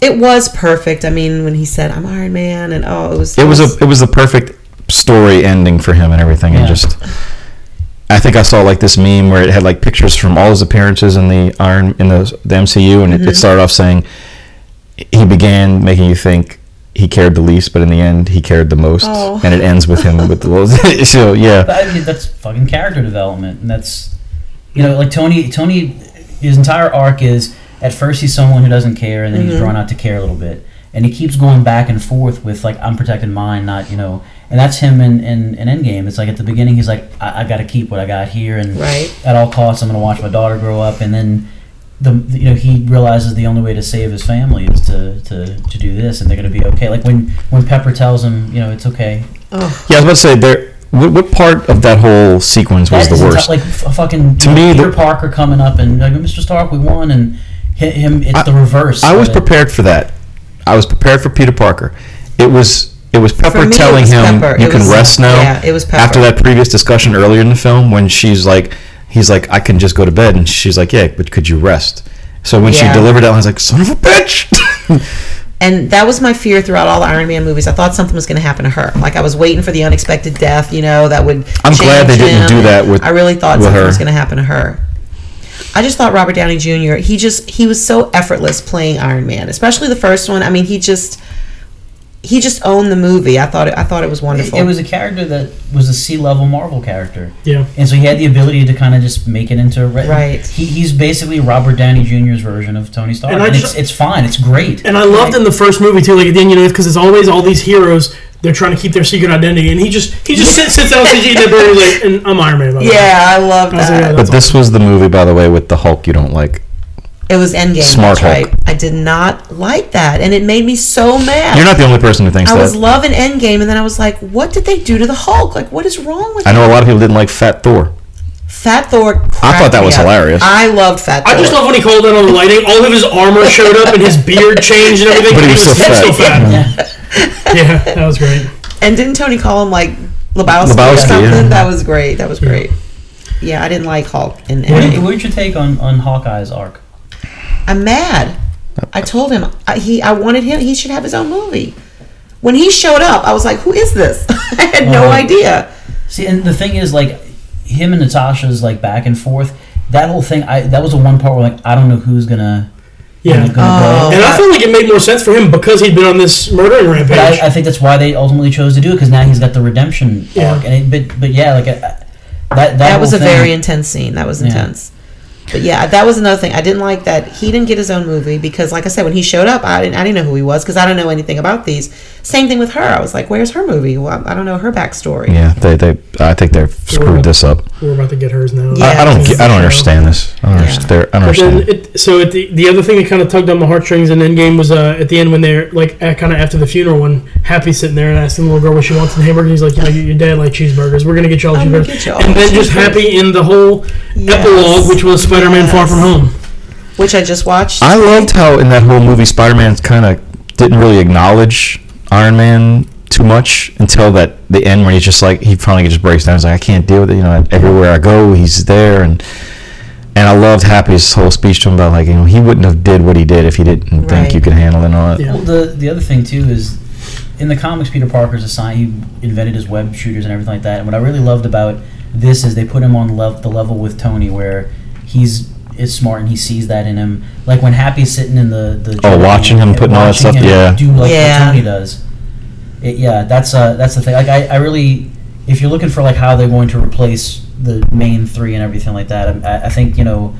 Speaker 2: it was perfect. I mean, when he said I'm Iron Man and oh, it was
Speaker 3: it was a it was the perfect story ending for him and everything and
Speaker 1: Yeah.
Speaker 3: just I think I saw like this meme where it had like pictures from all his appearances in the Iron in the, the MCU and
Speaker 1: Mm-hmm.
Speaker 3: it, it started off saying he began making you think he cared the least but in the end he cared the most
Speaker 2: Oh.
Speaker 3: and it ends with him with the most so yeah
Speaker 1: But I mean, that's fucking character development, and that's you know, like Tony. Tony, his entire arc is at first he's someone who doesn't care, and then he's drawn out to care a little bit, and he keeps going back and forth with like I'm protecting mine, not you know, and that's him in in, in Endgame. It's like at the beginning he's like I, I got to keep what I got here, and
Speaker 2: Right.
Speaker 1: at all costs I'm going to watch my daughter grow up, and then. The, you know he realizes the only way to save his family is to, to, to do this and they're going to be okay like when, when pepper tells him you know it's okay
Speaker 2: oh,
Speaker 3: yeah I was about to say there what, what part of that whole sequence was
Speaker 1: That is
Speaker 3: the
Speaker 1: a
Speaker 3: worst
Speaker 1: tou- like f- fucking
Speaker 3: To
Speaker 1: you know,
Speaker 3: me, the-
Speaker 1: Peter Parker coming up and like, Mr. Stark, we won, and hit him. It's
Speaker 3: I-
Speaker 1: the reverse.
Speaker 3: I was
Speaker 1: of it.
Speaker 3: prepared for that. I was prepared for Peter Parker. It was it was Pepper
Speaker 2: For me, it
Speaker 3: telling
Speaker 2: was
Speaker 3: him
Speaker 2: Pepper.
Speaker 3: you
Speaker 2: It
Speaker 3: can
Speaker 2: was-
Speaker 3: rest now.
Speaker 2: yeah, it was Pepper.
Speaker 3: After that previous discussion earlier in the film when she's like he's like I can just go to bed and she's like yeah, but could you rest? So when
Speaker 2: Yeah.
Speaker 3: she delivered that, I was like son of a bitch.
Speaker 2: and that was my fear throughout all the Iron Man movies. I thought something was going to happen to her. Like I was waiting for the unexpected death. You know that would.
Speaker 3: I'm glad
Speaker 2: change
Speaker 3: they didn't
Speaker 2: him.
Speaker 3: do that with-
Speaker 2: I really thought
Speaker 3: with
Speaker 2: something
Speaker 3: her.
Speaker 2: was going to happen to her. I just thought Robert Downey Jr. He just he was so effortless playing Iron Man, especially the first one. I mean, he just he just owned the movie. I thought it, I thought it was wonderful.
Speaker 1: It was a character that was a C level Marvel character,
Speaker 4: Yeah.
Speaker 1: and so he had the ability to kind of just make it into a re-
Speaker 2: Right.
Speaker 1: He, he's basically Robert Downey Jr.'s version of Tony Stark,
Speaker 4: And
Speaker 1: and,
Speaker 4: I
Speaker 1: it's,
Speaker 4: just-
Speaker 1: it's fine. It's great.
Speaker 4: And I loved in the first movie too, like at the end, you know, because it's always all these heroes. They're trying to keep their secret identity, and he just he just sits, sits out CG and they're like, and I'm Iron Man. By the way.
Speaker 2: yeah, I love
Speaker 4: I was like,
Speaker 2: that.
Speaker 4: yeah,
Speaker 3: but
Speaker 4: that's
Speaker 3: this was the movie by the way with the Hulk you don't like.
Speaker 2: It was Endgame.
Speaker 3: Smart
Speaker 2: that's
Speaker 3: Hulk.
Speaker 2: right. I did not like that, and it made me so mad.
Speaker 3: You're not the only person who thinks
Speaker 2: I was
Speaker 3: that.
Speaker 2: loving Endgame, and then I was like, "What did they do to the Hulk? Like, what is wrong with
Speaker 3: I
Speaker 2: him?
Speaker 3: know a lot of people didn't like Fat Thor.
Speaker 2: Fat Thor?"
Speaker 3: I thought
Speaker 2: cracked
Speaker 3: that
Speaker 2: me
Speaker 3: was
Speaker 2: up.
Speaker 3: hilarious.
Speaker 2: I loved Fat Thor.
Speaker 4: I just love when he called in on the lighting. All of his armor showed up, and his beard changed and everything.
Speaker 3: But he was so
Speaker 4: he's still
Speaker 3: fat.
Speaker 4: fat.
Speaker 1: yeah. Oh
Speaker 4: Yeah, that was great.
Speaker 2: and didn't Tony call him like Lebowski, or
Speaker 3: Lebowski,
Speaker 2: something?
Speaker 3: yeah.
Speaker 2: That was great. That was great. Yeah, I didn't like Hulk in
Speaker 1: What
Speaker 2: Endgame.
Speaker 1: did- what did you take on, on Hawkeye's arc?
Speaker 2: I'm mad. I told him I, he I wanted him. He should have his own movie. When he showed up, I was like, "Who is this?" I had no
Speaker 1: Uh-huh.
Speaker 2: idea.
Speaker 1: See, and the thing is, like, him and Natasha's like back and forth. That whole thing, I that was the one part where like I don't know who's gonna
Speaker 4: Yeah.
Speaker 1: gonna go.
Speaker 2: Oh.
Speaker 4: And I feel like it made more sense for him because he'd been on this murdering rampage.
Speaker 1: But I, I think that's why they ultimately chose to do it because now he's got the redemption
Speaker 4: Yeah.
Speaker 1: arc, and it, but but yeah, like uh, that that,
Speaker 2: That
Speaker 1: whole
Speaker 2: was a
Speaker 1: thing-
Speaker 2: very intense scene. That was
Speaker 1: Yeah.
Speaker 2: intense. But yeah, that was another thing. I didn't like that he didn't get his own movie because, like I said, when he showed up, I didn't, I didn't know who he was because I don't know anything about these. Same thing with her. I was like, where's her movie? Well, I I don't know her backstory.
Speaker 3: Yeah, they, they I think they've screwed this up.
Speaker 4: We're about to get hers now.
Speaker 2: Yeah.
Speaker 3: I, I don't get, I don't
Speaker 4: Yeah.
Speaker 3: understand this. I don't underst- they're- I don't
Speaker 4: But
Speaker 3: understand.
Speaker 4: then it, so at the, the other thing that kind of tugged on my heartstrings in Endgame was uh, at the end when they're like uh, kind of after the funeral when Happy's sitting there and asking the little girl what she wants in the hamburger. He's like, you know, your dad likes cheeseburgers. We're gonna get
Speaker 1: Oh
Speaker 4: y'all
Speaker 2: I'm gonna
Speaker 4: cheeseburgers.
Speaker 2: get y'all
Speaker 4: and then just
Speaker 2: cheeseburgers.
Speaker 4: Happy in the whole
Speaker 2: Yes.
Speaker 4: epilogue, which was Spider-Man: Far From Home.
Speaker 2: Which I just watched.
Speaker 3: I loved how in that whole movie Spider-Man kind of didn't really acknowledge Iron Man too much until that the end where he's just like he finally just breaks down. He's like, I can't deal with it. You know, everywhere I go, he's there, and and I loved Happy's whole speech to him about like you know he wouldn't have did what he did if he didn't
Speaker 2: Right.
Speaker 3: think you could handle it and all that.
Speaker 4: Yeah.
Speaker 1: Well, the the other thing too is, in the comics, Peter Parker's a sci- he invented his web shooters and everything like that. And what I really loved about this is they put him on lev- the level with Tony, where he's is smart and he sees that in him. Like when Happy's sitting in the the
Speaker 3: Oh,
Speaker 1: jury
Speaker 3: watching him
Speaker 1: and
Speaker 3: putting all that
Speaker 1: watching
Speaker 3: stuff-
Speaker 1: him
Speaker 3: yeah.
Speaker 1: do like
Speaker 2: Yeah.
Speaker 1: what Tony does. It, yeah, that's uh that's the thing. Like I, I really, if you're looking for like how they're going to replace the main three and everything like that, I, I think you know.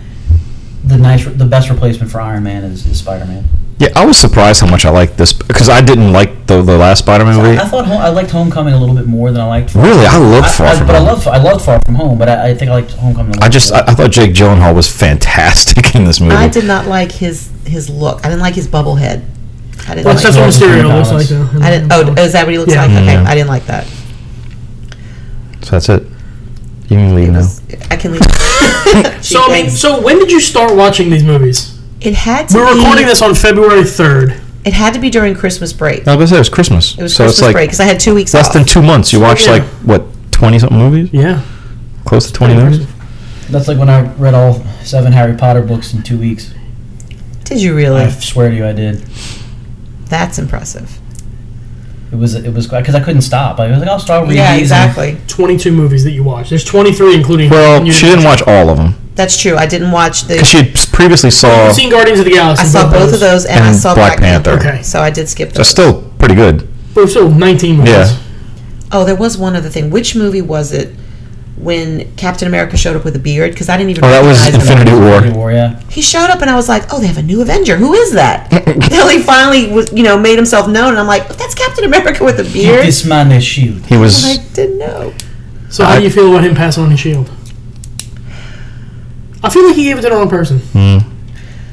Speaker 1: The nice, the best replacement for Iron Man is, is Spider Man.
Speaker 3: Yeah, I was surprised how much I liked this because I didn't like the the last Spider-Man movie.
Speaker 1: I thought home, I liked Homecoming a little bit more than I liked. Far
Speaker 3: Really, I loved Far From
Speaker 1: but
Speaker 3: Home.
Speaker 1: I loved I loved Far From Home, but I, I think I liked Homecoming. A
Speaker 3: I
Speaker 1: little
Speaker 3: just
Speaker 1: bit.
Speaker 3: I, I thought Jake Gyllenhaal was fantastic in this movie.
Speaker 2: I did not like his his look. I didn't like his bubble head. I didn't
Speaker 4: Well,
Speaker 2: like.
Speaker 4: that's what Mysterio looks like. though.
Speaker 2: I didn't.
Speaker 4: um,
Speaker 2: Oh, is that what he looks
Speaker 4: Yeah.
Speaker 2: like? Okay,
Speaker 3: Yeah.
Speaker 2: I didn't like that.
Speaker 3: So that's it. You can leave
Speaker 2: It
Speaker 3: now.
Speaker 2: was, I can leave.
Speaker 4: So, I mean, so when did you start watching these movies?
Speaker 2: it had to
Speaker 4: We're
Speaker 2: be.
Speaker 4: recording this on February third.
Speaker 2: It had to be during Christmas break.
Speaker 3: No, I was gonna say it was Christmas.
Speaker 2: It was
Speaker 3: so
Speaker 2: Christmas
Speaker 3: it's like
Speaker 2: break because I had two weeks
Speaker 3: less
Speaker 2: off.
Speaker 3: than two months. You watched like what twenty something movies?
Speaker 4: Yeah.
Speaker 3: Close to twenty movies.
Speaker 1: that's like when I read all seven Harry Potter books in two weeks.
Speaker 2: Did you
Speaker 1: I
Speaker 2: really?
Speaker 1: swear to you, I did.
Speaker 2: That's impressive.
Speaker 1: It was it was because I couldn't stop. I was like, I'll start reading.
Speaker 2: Yeah,
Speaker 1: these and-
Speaker 2: exactly.
Speaker 4: Twenty-two movies that you watched. There's twenty-three, including.
Speaker 3: Well,
Speaker 4: you-
Speaker 3: she didn't watch all of them
Speaker 2: That's true. I didn't watch the.
Speaker 3: because she had previously saw.
Speaker 4: You've seen Guardians of the Galaxy.
Speaker 2: I saw both of those, and, I
Speaker 3: And
Speaker 2: saw
Speaker 3: Black
Speaker 2: Black,
Speaker 3: Panther.
Speaker 2: Panther.
Speaker 4: Okay.
Speaker 2: So I did skip
Speaker 3: So
Speaker 2: those.
Speaker 3: still pretty good.
Speaker 4: But still, nineteen movies.
Speaker 3: Yeah.
Speaker 2: Oh, there was one other thing. Which movie was it when Captain America showed up with a beard? Because I didn't even.
Speaker 3: Oh, that was
Speaker 2: recognize him.
Speaker 3: Infinity
Speaker 1: Infinity
Speaker 3: War.
Speaker 1: War, yeah.
Speaker 2: He showed up, and I was like, "Oh, they have a new Avenger. Who is that?" Until he finally was, you know, made himself known, and I'm like, "That's Captain America with a
Speaker 1: Give
Speaker 2: beard."
Speaker 1: this man a shield.
Speaker 3: He
Speaker 2: And
Speaker 3: was.
Speaker 2: I didn't know.
Speaker 4: So how do you feel about him passing on his shield? I feel like he gave it to the wrong person.
Speaker 3: hmm,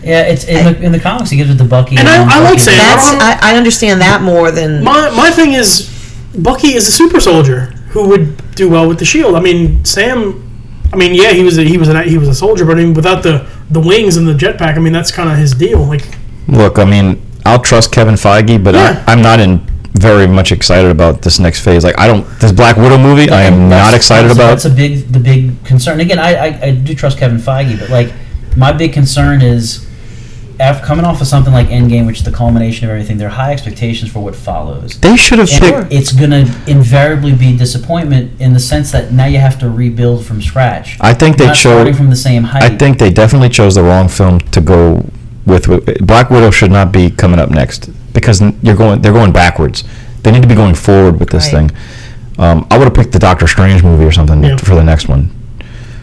Speaker 1: Yeah, it's in the in the comics. He gives it to Bucky.
Speaker 4: And I- I like saying-
Speaker 2: That's
Speaker 4: don't-
Speaker 2: I, I understand that more than
Speaker 4: My my thing is, Bucky is a super soldier who would do well with the shield. I mean, Sam. I mean, yeah, he was a, he was a he was a soldier, but I mean, without the the wings and the jetpack, I mean, that's kind of his deal. Like,
Speaker 3: Look, I mean, I'll trust Kevin Feige, but
Speaker 4: Yeah.
Speaker 3: I, I'm not in very much excited about this next phase. Like, I don't this Black Widow movie. I am
Speaker 1: That's-
Speaker 3: not excited
Speaker 1: that's,
Speaker 3: about.
Speaker 1: That's a big, the big concern. Again, I, I, I do trust Kevin Feige, but like my big concern is after coming off of something like Endgame, which is the culmination of everything. There are high expectations for what follows.
Speaker 3: They should have
Speaker 1: And
Speaker 3: picked.
Speaker 1: It's gonna invariably be disappointment in the sense that now you have to rebuild from scratch.
Speaker 3: I think they
Speaker 1: Not starting
Speaker 3: chose.
Speaker 1: from the same height.
Speaker 3: I think they definitely chose the wrong film to go with. with- Black Widow should not be coming up next because n- you're going. They're going backwards. They need to be going forward with this
Speaker 2: Right.
Speaker 3: thing. Um, I would have picked the Doctor Strange movie or something
Speaker 4: Yeah.
Speaker 3: for the next one.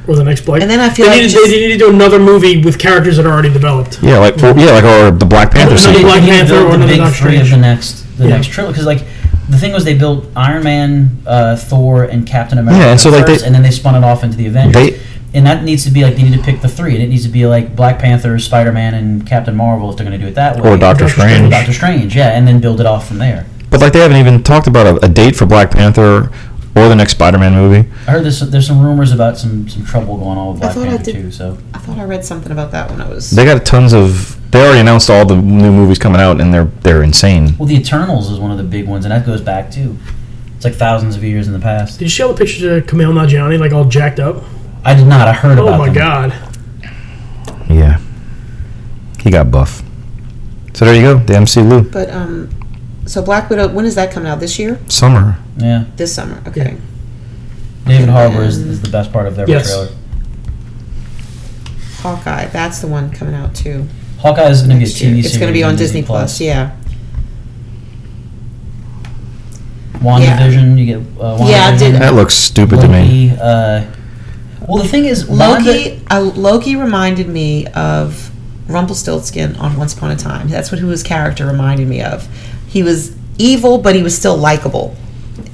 Speaker 4: or the next Blake.
Speaker 2: And then I feel
Speaker 4: they
Speaker 2: like
Speaker 4: needed,
Speaker 2: just-
Speaker 4: they needed to do another movie with characters that are already developed.
Speaker 3: Yeah, like or, yeah, like or the Black Panther.
Speaker 4: Another
Speaker 1: So they
Speaker 3: sequel.
Speaker 4: Black
Speaker 1: they
Speaker 4: Panther
Speaker 1: built
Speaker 4: or
Speaker 1: the
Speaker 4: another
Speaker 1: big
Speaker 4: Doctor
Speaker 1: three of
Speaker 4: Strange.
Speaker 1: the next the
Speaker 4: Yeah.
Speaker 1: next trilogy because like the thing was they built Iron Man, uh, Thor, and Captain America
Speaker 3: Yeah, and so, like, they-
Speaker 1: first, and then they spun it off into the Avengers.
Speaker 3: They-
Speaker 1: and that needs to be like they need to pick the three, and it needs to be like Black Panther, Spider Man, and Captain Marvel if they're going to do it that way.
Speaker 3: Or Doctor
Speaker 4: Doctor Strange.
Speaker 3: Strange.
Speaker 1: Doctor Strange, yeah, and then build it off from there.
Speaker 3: But like they haven't even talked about a, a date for Black Panther or the next Spider-Man movie.
Speaker 1: I heard there's there's some rumors about some some trouble going on with
Speaker 2: I
Speaker 1: Black
Speaker 2: thought I
Speaker 1: Panther
Speaker 2: did-
Speaker 1: too. So
Speaker 2: I thought I read something about that when I was.
Speaker 3: They got tons of. They already announced all the new movies coming out, and they're they're insane.
Speaker 1: well, the Eternals is one of the big ones, and that goes back too. It's like thousands of years in the past.
Speaker 4: Did you see all the pictures of Kamel Nanjiani like all jacked up?
Speaker 1: I did not. I heard
Speaker 4: Oh
Speaker 1: about.
Speaker 4: my
Speaker 1: them.
Speaker 4: god!
Speaker 3: Yeah, he got buff. So there you go, the MC Lou
Speaker 2: But um, so Black Widow. When is that coming out this year?
Speaker 3: summer.
Speaker 1: Yeah,
Speaker 2: This summer. Okay.
Speaker 1: David Harbour is, is the best part of every
Speaker 4: Yes.
Speaker 1: trailer.
Speaker 2: Hawkeye. That's the one coming out too.
Speaker 1: Hawkeye is going to be a TV
Speaker 2: next year.
Speaker 1: series.
Speaker 2: It's going to be on Disney Plus. Yeah.
Speaker 1: WandaVision, you get uh, WandaVision.
Speaker 2: Yeah, I did-
Speaker 3: That looks stupid to
Speaker 1: Loki,
Speaker 3: me.
Speaker 1: uh, Well, the thing is, Wanda-
Speaker 2: Loki, uh, Loki reminded me of Rumpelstiltskin on Once Upon a Time. That's what who his character reminded me of. He was evil, but he was still likable,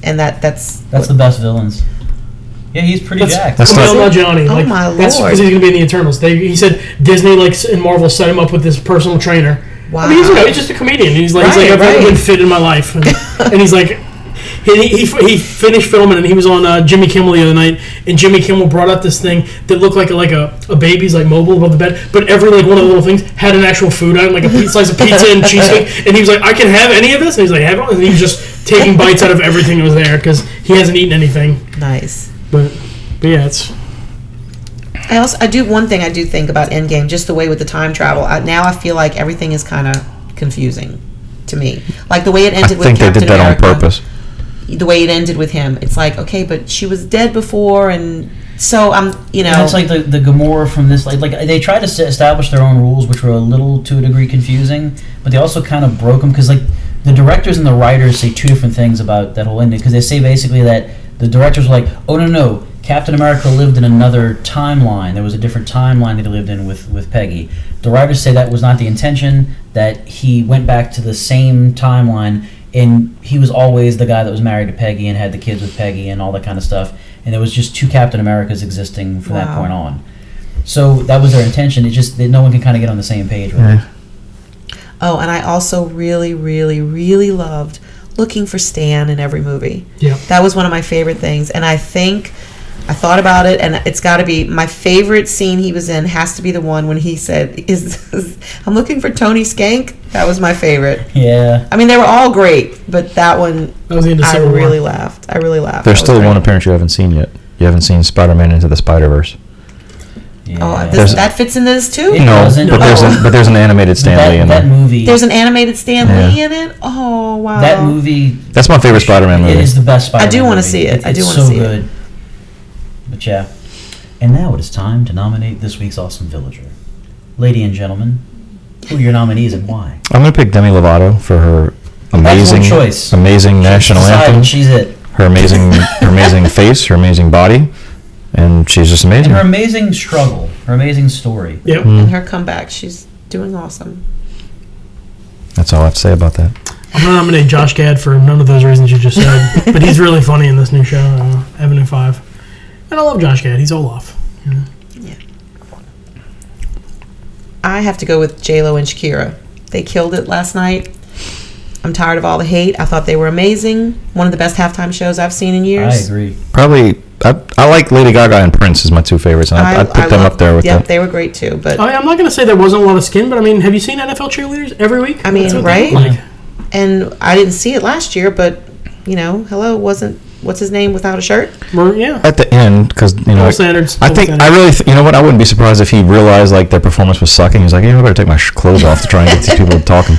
Speaker 2: and that that's
Speaker 1: that's the best villains. Yeah, he's pretty
Speaker 4: That's,
Speaker 1: jacked.
Speaker 3: That's
Speaker 4: Kumail
Speaker 3: not-
Speaker 4: Nanjiani.
Speaker 2: Oh
Speaker 4: like,
Speaker 2: my
Speaker 4: That's
Speaker 2: lord.
Speaker 4: because he's going to be in the Eternals. They, he said Disney like s- and Marvel set him up with this personal trainer.
Speaker 2: wow.
Speaker 4: I mean, he's, you know, he's just a comedian. He's like, he's like
Speaker 2: Right,
Speaker 4: I've never
Speaker 2: right.
Speaker 4: been fit in my life, and, and he's like. He, he, he finished filming and he was on uh, Jimmy Kimmel the other night and Jimmy Kimmel brought up this thing that looked like a, like a, a baby's like mobile above the bed but every like one of the little things had an actual food item like a piece, slice of pizza and cheesecake and he was like I can have any of this and he's like have it and he was just taking bites out of everything that was there because he hasn't eaten anything
Speaker 2: nice.
Speaker 4: but but yeah it's
Speaker 2: I also I do one thing I do think about Endgame, just the way with the time travel. I, now I feel like everything is kind of confusing to me, like the way it
Speaker 3: I
Speaker 2: ended with
Speaker 3: think they
Speaker 2: Captain
Speaker 3: did that on
Speaker 2: America,
Speaker 3: purpose.
Speaker 2: The way it ended with him, it's like okay, but she was dead before, and so I'm you know
Speaker 1: That's like the, the Gamora from this. Like, like they tried to s- establish their own rules, which were a little to a degree confusing, but they also kind of broke them because like the directors and the writers say two different things about that whole ending because they say basically that the directors were like, oh no no, Captain America lived in another timeline. There was a different timeline that he lived in with with Peggy. The writers say that was not the intention. That he went back to the same timeline. And he was always the guy that was married to Peggy and had the kids with Peggy and all that kind of stuff. And there was just two Captain Americas existing from that
Speaker 2: Wow.
Speaker 1: point on. So that was their intention. It just that no one can kind of get on the same page with it.
Speaker 2: oh, and I also really really really loved looking for Stan in every movie.
Speaker 4: yeah
Speaker 2: That was one of my favorite things, and I think I thought about it, and it's got to be my favorite scene he was in has to be the one when he said, "Is, I'm looking for Tony Skank." That was my favorite.
Speaker 1: Yeah,
Speaker 2: I mean, they were all great, but that one
Speaker 4: that was the end of
Speaker 2: I
Speaker 4: Civil War.
Speaker 2: really laughed. I really laughed.
Speaker 3: There's
Speaker 2: That was
Speaker 3: still
Speaker 2: great.
Speaker 3: one appearance you haven't seen yet. You haven't seen Spider-Man into the Spider-Verse.
Speaker 1: yeah.
Speaker 2: Oh,
Speaker 3: There's-
Speaker 2: this, that fits in this too.
Speaker 1: It
Speaker 3: No,
Speaker 1: doesn't-
Speaker 3: but there's
Speaker 2: Oh.
Speaker 3: an, but there's an animated
Speaker 1: But
Speaker 3: Stan Lee in
Speaker 1: that, that
Speaker 3: there.
Speaker 1: movie.
Speaker 2: There's an animated Stan
Speaker 3: Yeah.
Speaker 2: Lee in it. Oh wow!
Speaker 1: that movie.
Speaker 3: That's my favorite Spider-Man
Speaker 1: It is
Speaker 3: movie.
Speaker 1: the best Spider-Man.
Speaker 2: do wanna
Speaker 1: movie.
Speaker 2: see it. I do
Speaker 1: it's
Speaker 2: wanna
Speaker 1: so
Speaker 2: see it.
Speaker 1: good. But yeah, and now it is time to nominate this week's awesome villager, lady and gentlemen. Who are your nominees and why?
Speaker 3: I'm gonna pick Demi Lovato for her amazing,
Speaker 1: choice.
Speaker 3: amazing national
Speaker 1: Decided
Speaker 3: anthem.
Speaker 1: She's it.
Speaker 3: her amazing her amazing face, her amazing body, and she's just
Speaker 1: And
Speaker 3: amazing.
Speaker 1: her amazing struggle, her amazing story.
Speaker 4: Yep.
Speaker 2: and her comeback. She's doing awesome.
Speaker 3: That's all I have to say about that.
Speaker 4: I'm gonna nominate Josh Gad for none of those reasons you just said, but he's really funny in this new show, uh, Avenue Five. And I love Josh Gad. He's Olaf.
Speaker 2: I have to go with J Lo and Shakira. They killed it last night. I'm tired of all the hate. I thought they were amazing. One of the best halftime shows I've seen in
Speaker 1: I
Speaker 2: years.
Speaker 1: agree.
Speaker 3: Probably I, I like Lady Gaga and Prince as my two favorites, and I, I, would put them
Speaker 2: love-
Speaker 3: up there with
Speaker 2: Yep,
Speaker 3: that.
Speaker 2: they were great too. But
Speaker 4: I, I'm not gonna say there wasn't a lot of skin, but I mean, have you seen NFL cheerleaders every week?
Speaker 2: I mean,
Speaker 4: That's what they
Speaker 2: right?
Speaker 4: look like.
Speaker 2: and I didn't see it last year. But you know, hello, wasn't what's his name without a shirt?
Speaker 4: Well, yeah.
Speaker 3: At the end, because you know,
Speaker 4: Gold standards.
Speaker 3: I
Speaker 4: gold
Speaker 3: think I
Speaker 4: standards.
Speaker 3: really, th- you know what? I wouldn't be surprised if he realized like their performance was sucking. He's like, you know, I better take my sh- clothes off to try and get these people talking.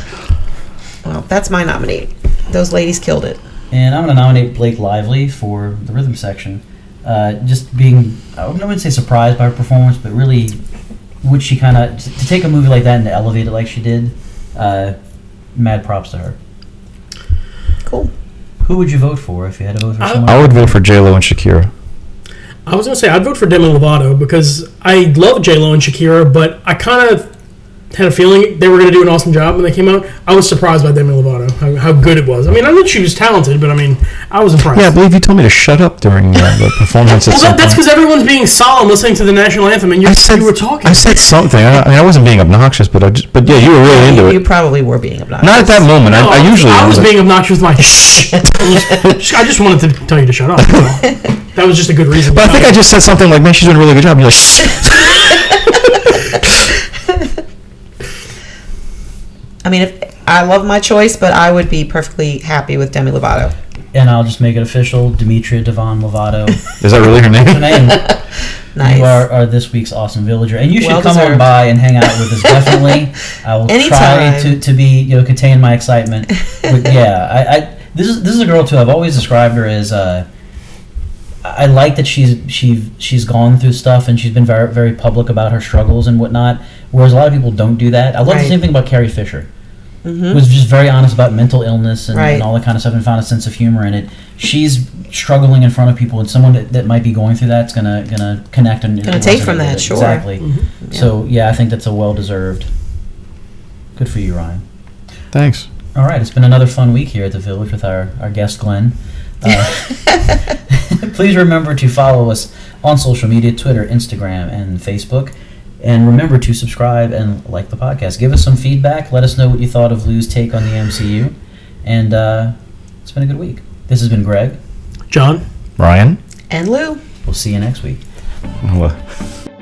Speaker 2: Well, that's my nominee. Those ladies killed it.
Speaker 1: And I'm going to nominate Blake Lively for the rhythm section. Uh, just being, I wouldn't I wouldn't say surprised by her performance, but really, would she kind of, to take a movie like that and to elevate it like she did, uh, mad props to her.
Speaker 2: Cool.
Speaker 1: Who would you vote for if you had to vote for
Speaker 4: I-
Speaker 1: someone?
Speaker 3: I would vote for J Lo and Shakira.
Speaker 4: I was gonna say I'd vote for Demi Lovato because I love J Lo and Shakira, but I kind of had a feeling they were gonna do an awesome job when they came out. I was surprised by Demi Lovato how, how good it was. I mean, I knew she was talented, but I mean, I was impressed.
Speaker 3: Yeah, I believe you told me to shut up during uh, the performance. at
Speaker 4: Well, that,
Speaker 3: something.
Speaker 4: that's because everyone's being solemn listening to the national anthem, and you,
Speaker 3: I said
Speaker 4: you were talking.
Speaker 3: I said something. I, I mean, I wasn't being obnoxious, but I just, but yeah, you were really into
Speaker 2: You,
Speaker 3: it.
Speaker 2: you probably were being obnoxious.
Speaker 3: Not at that moment.
Speaker 4: No,
Speaker 3: I, I usually
Speaker 4: Oh, I
Speaker 3: am,
Speaker 4: was
Speaker 3: but-
Speaker 4: being obnoxious with my. Shh. I just wanted to tell you to shut up. that was just a good reason.
Speaker 3: But I think I just said something like, "Man, she's doing a really good job." And you're like, "Shh."
Speaker 2: I mean, if I love my choice, but I would be perfectly happy with Demi Lovato.
Speaker 1: and I'll just make it official Demetria Devon Lovato.
Speaker 3: Is that really her
Speaker 1: Her
Speaker 3: name?
Speaker 1: name.
Speaker 2: Nice.
Speaker 1: You are, are this week's awesome villager, and you should
Speaker 2: Well
Speaker 1: come on
Speaker 2: deserved.
Speaker 1: by and hang out with us. Definitely, I will try
Speaker 2: Anytime.
Speaker 1: to, to be you know contain my excitement. But yeah, I, I this is this is a girl too. I've always described her as. Uh, I I like that she's she she's gone through stuff and she's been very very public about her struggles and whatnot. Whereas a lot of people don't do that. I love the
Speaker 2: Right.
Speaker 1: same thing about Carrie Fisher.
Speaker 2: Mm-hmm.
Speaker 1: Was just very honest about mental illness and,
Speaker 2: Hmm? Right.
Speaker 1: and all that kind of stuff and found a sense of humor in it. She's struggling in front of people and someone that, that might be going through that's gonna gonna connect and
Speaker 2: Gonna take
Speaker 1: resonate
Speaker 2: from
Speaker 1: with
Speaker 2: that,
Speaker 1: it.
Speaker 2: sure. Hmm,
Speaker 1: exactly.
Speaker 4: Mhm.
Speaker 1: So yeah, I think that's a well deserved. Good for you, Ryan.
Speaker 3: Thanks.
Speaker 1: All right, it's been another fun week here at the Village with our, our guest, Glenn. Uh, please remember to follow us on social media Twitter, Instagram, and Facebook. And remember to subscribe and like the podcast. Give us some feedback. Let us know what you thought of Lou's take on the MCU. And uh, it's been a good week. This has been Greg.
Speaker 4: John.
Speaker 3: Ryan?
Speaker 2: And Lou.
Speaker 1: We'll see you next week.
Speaker 3: Well,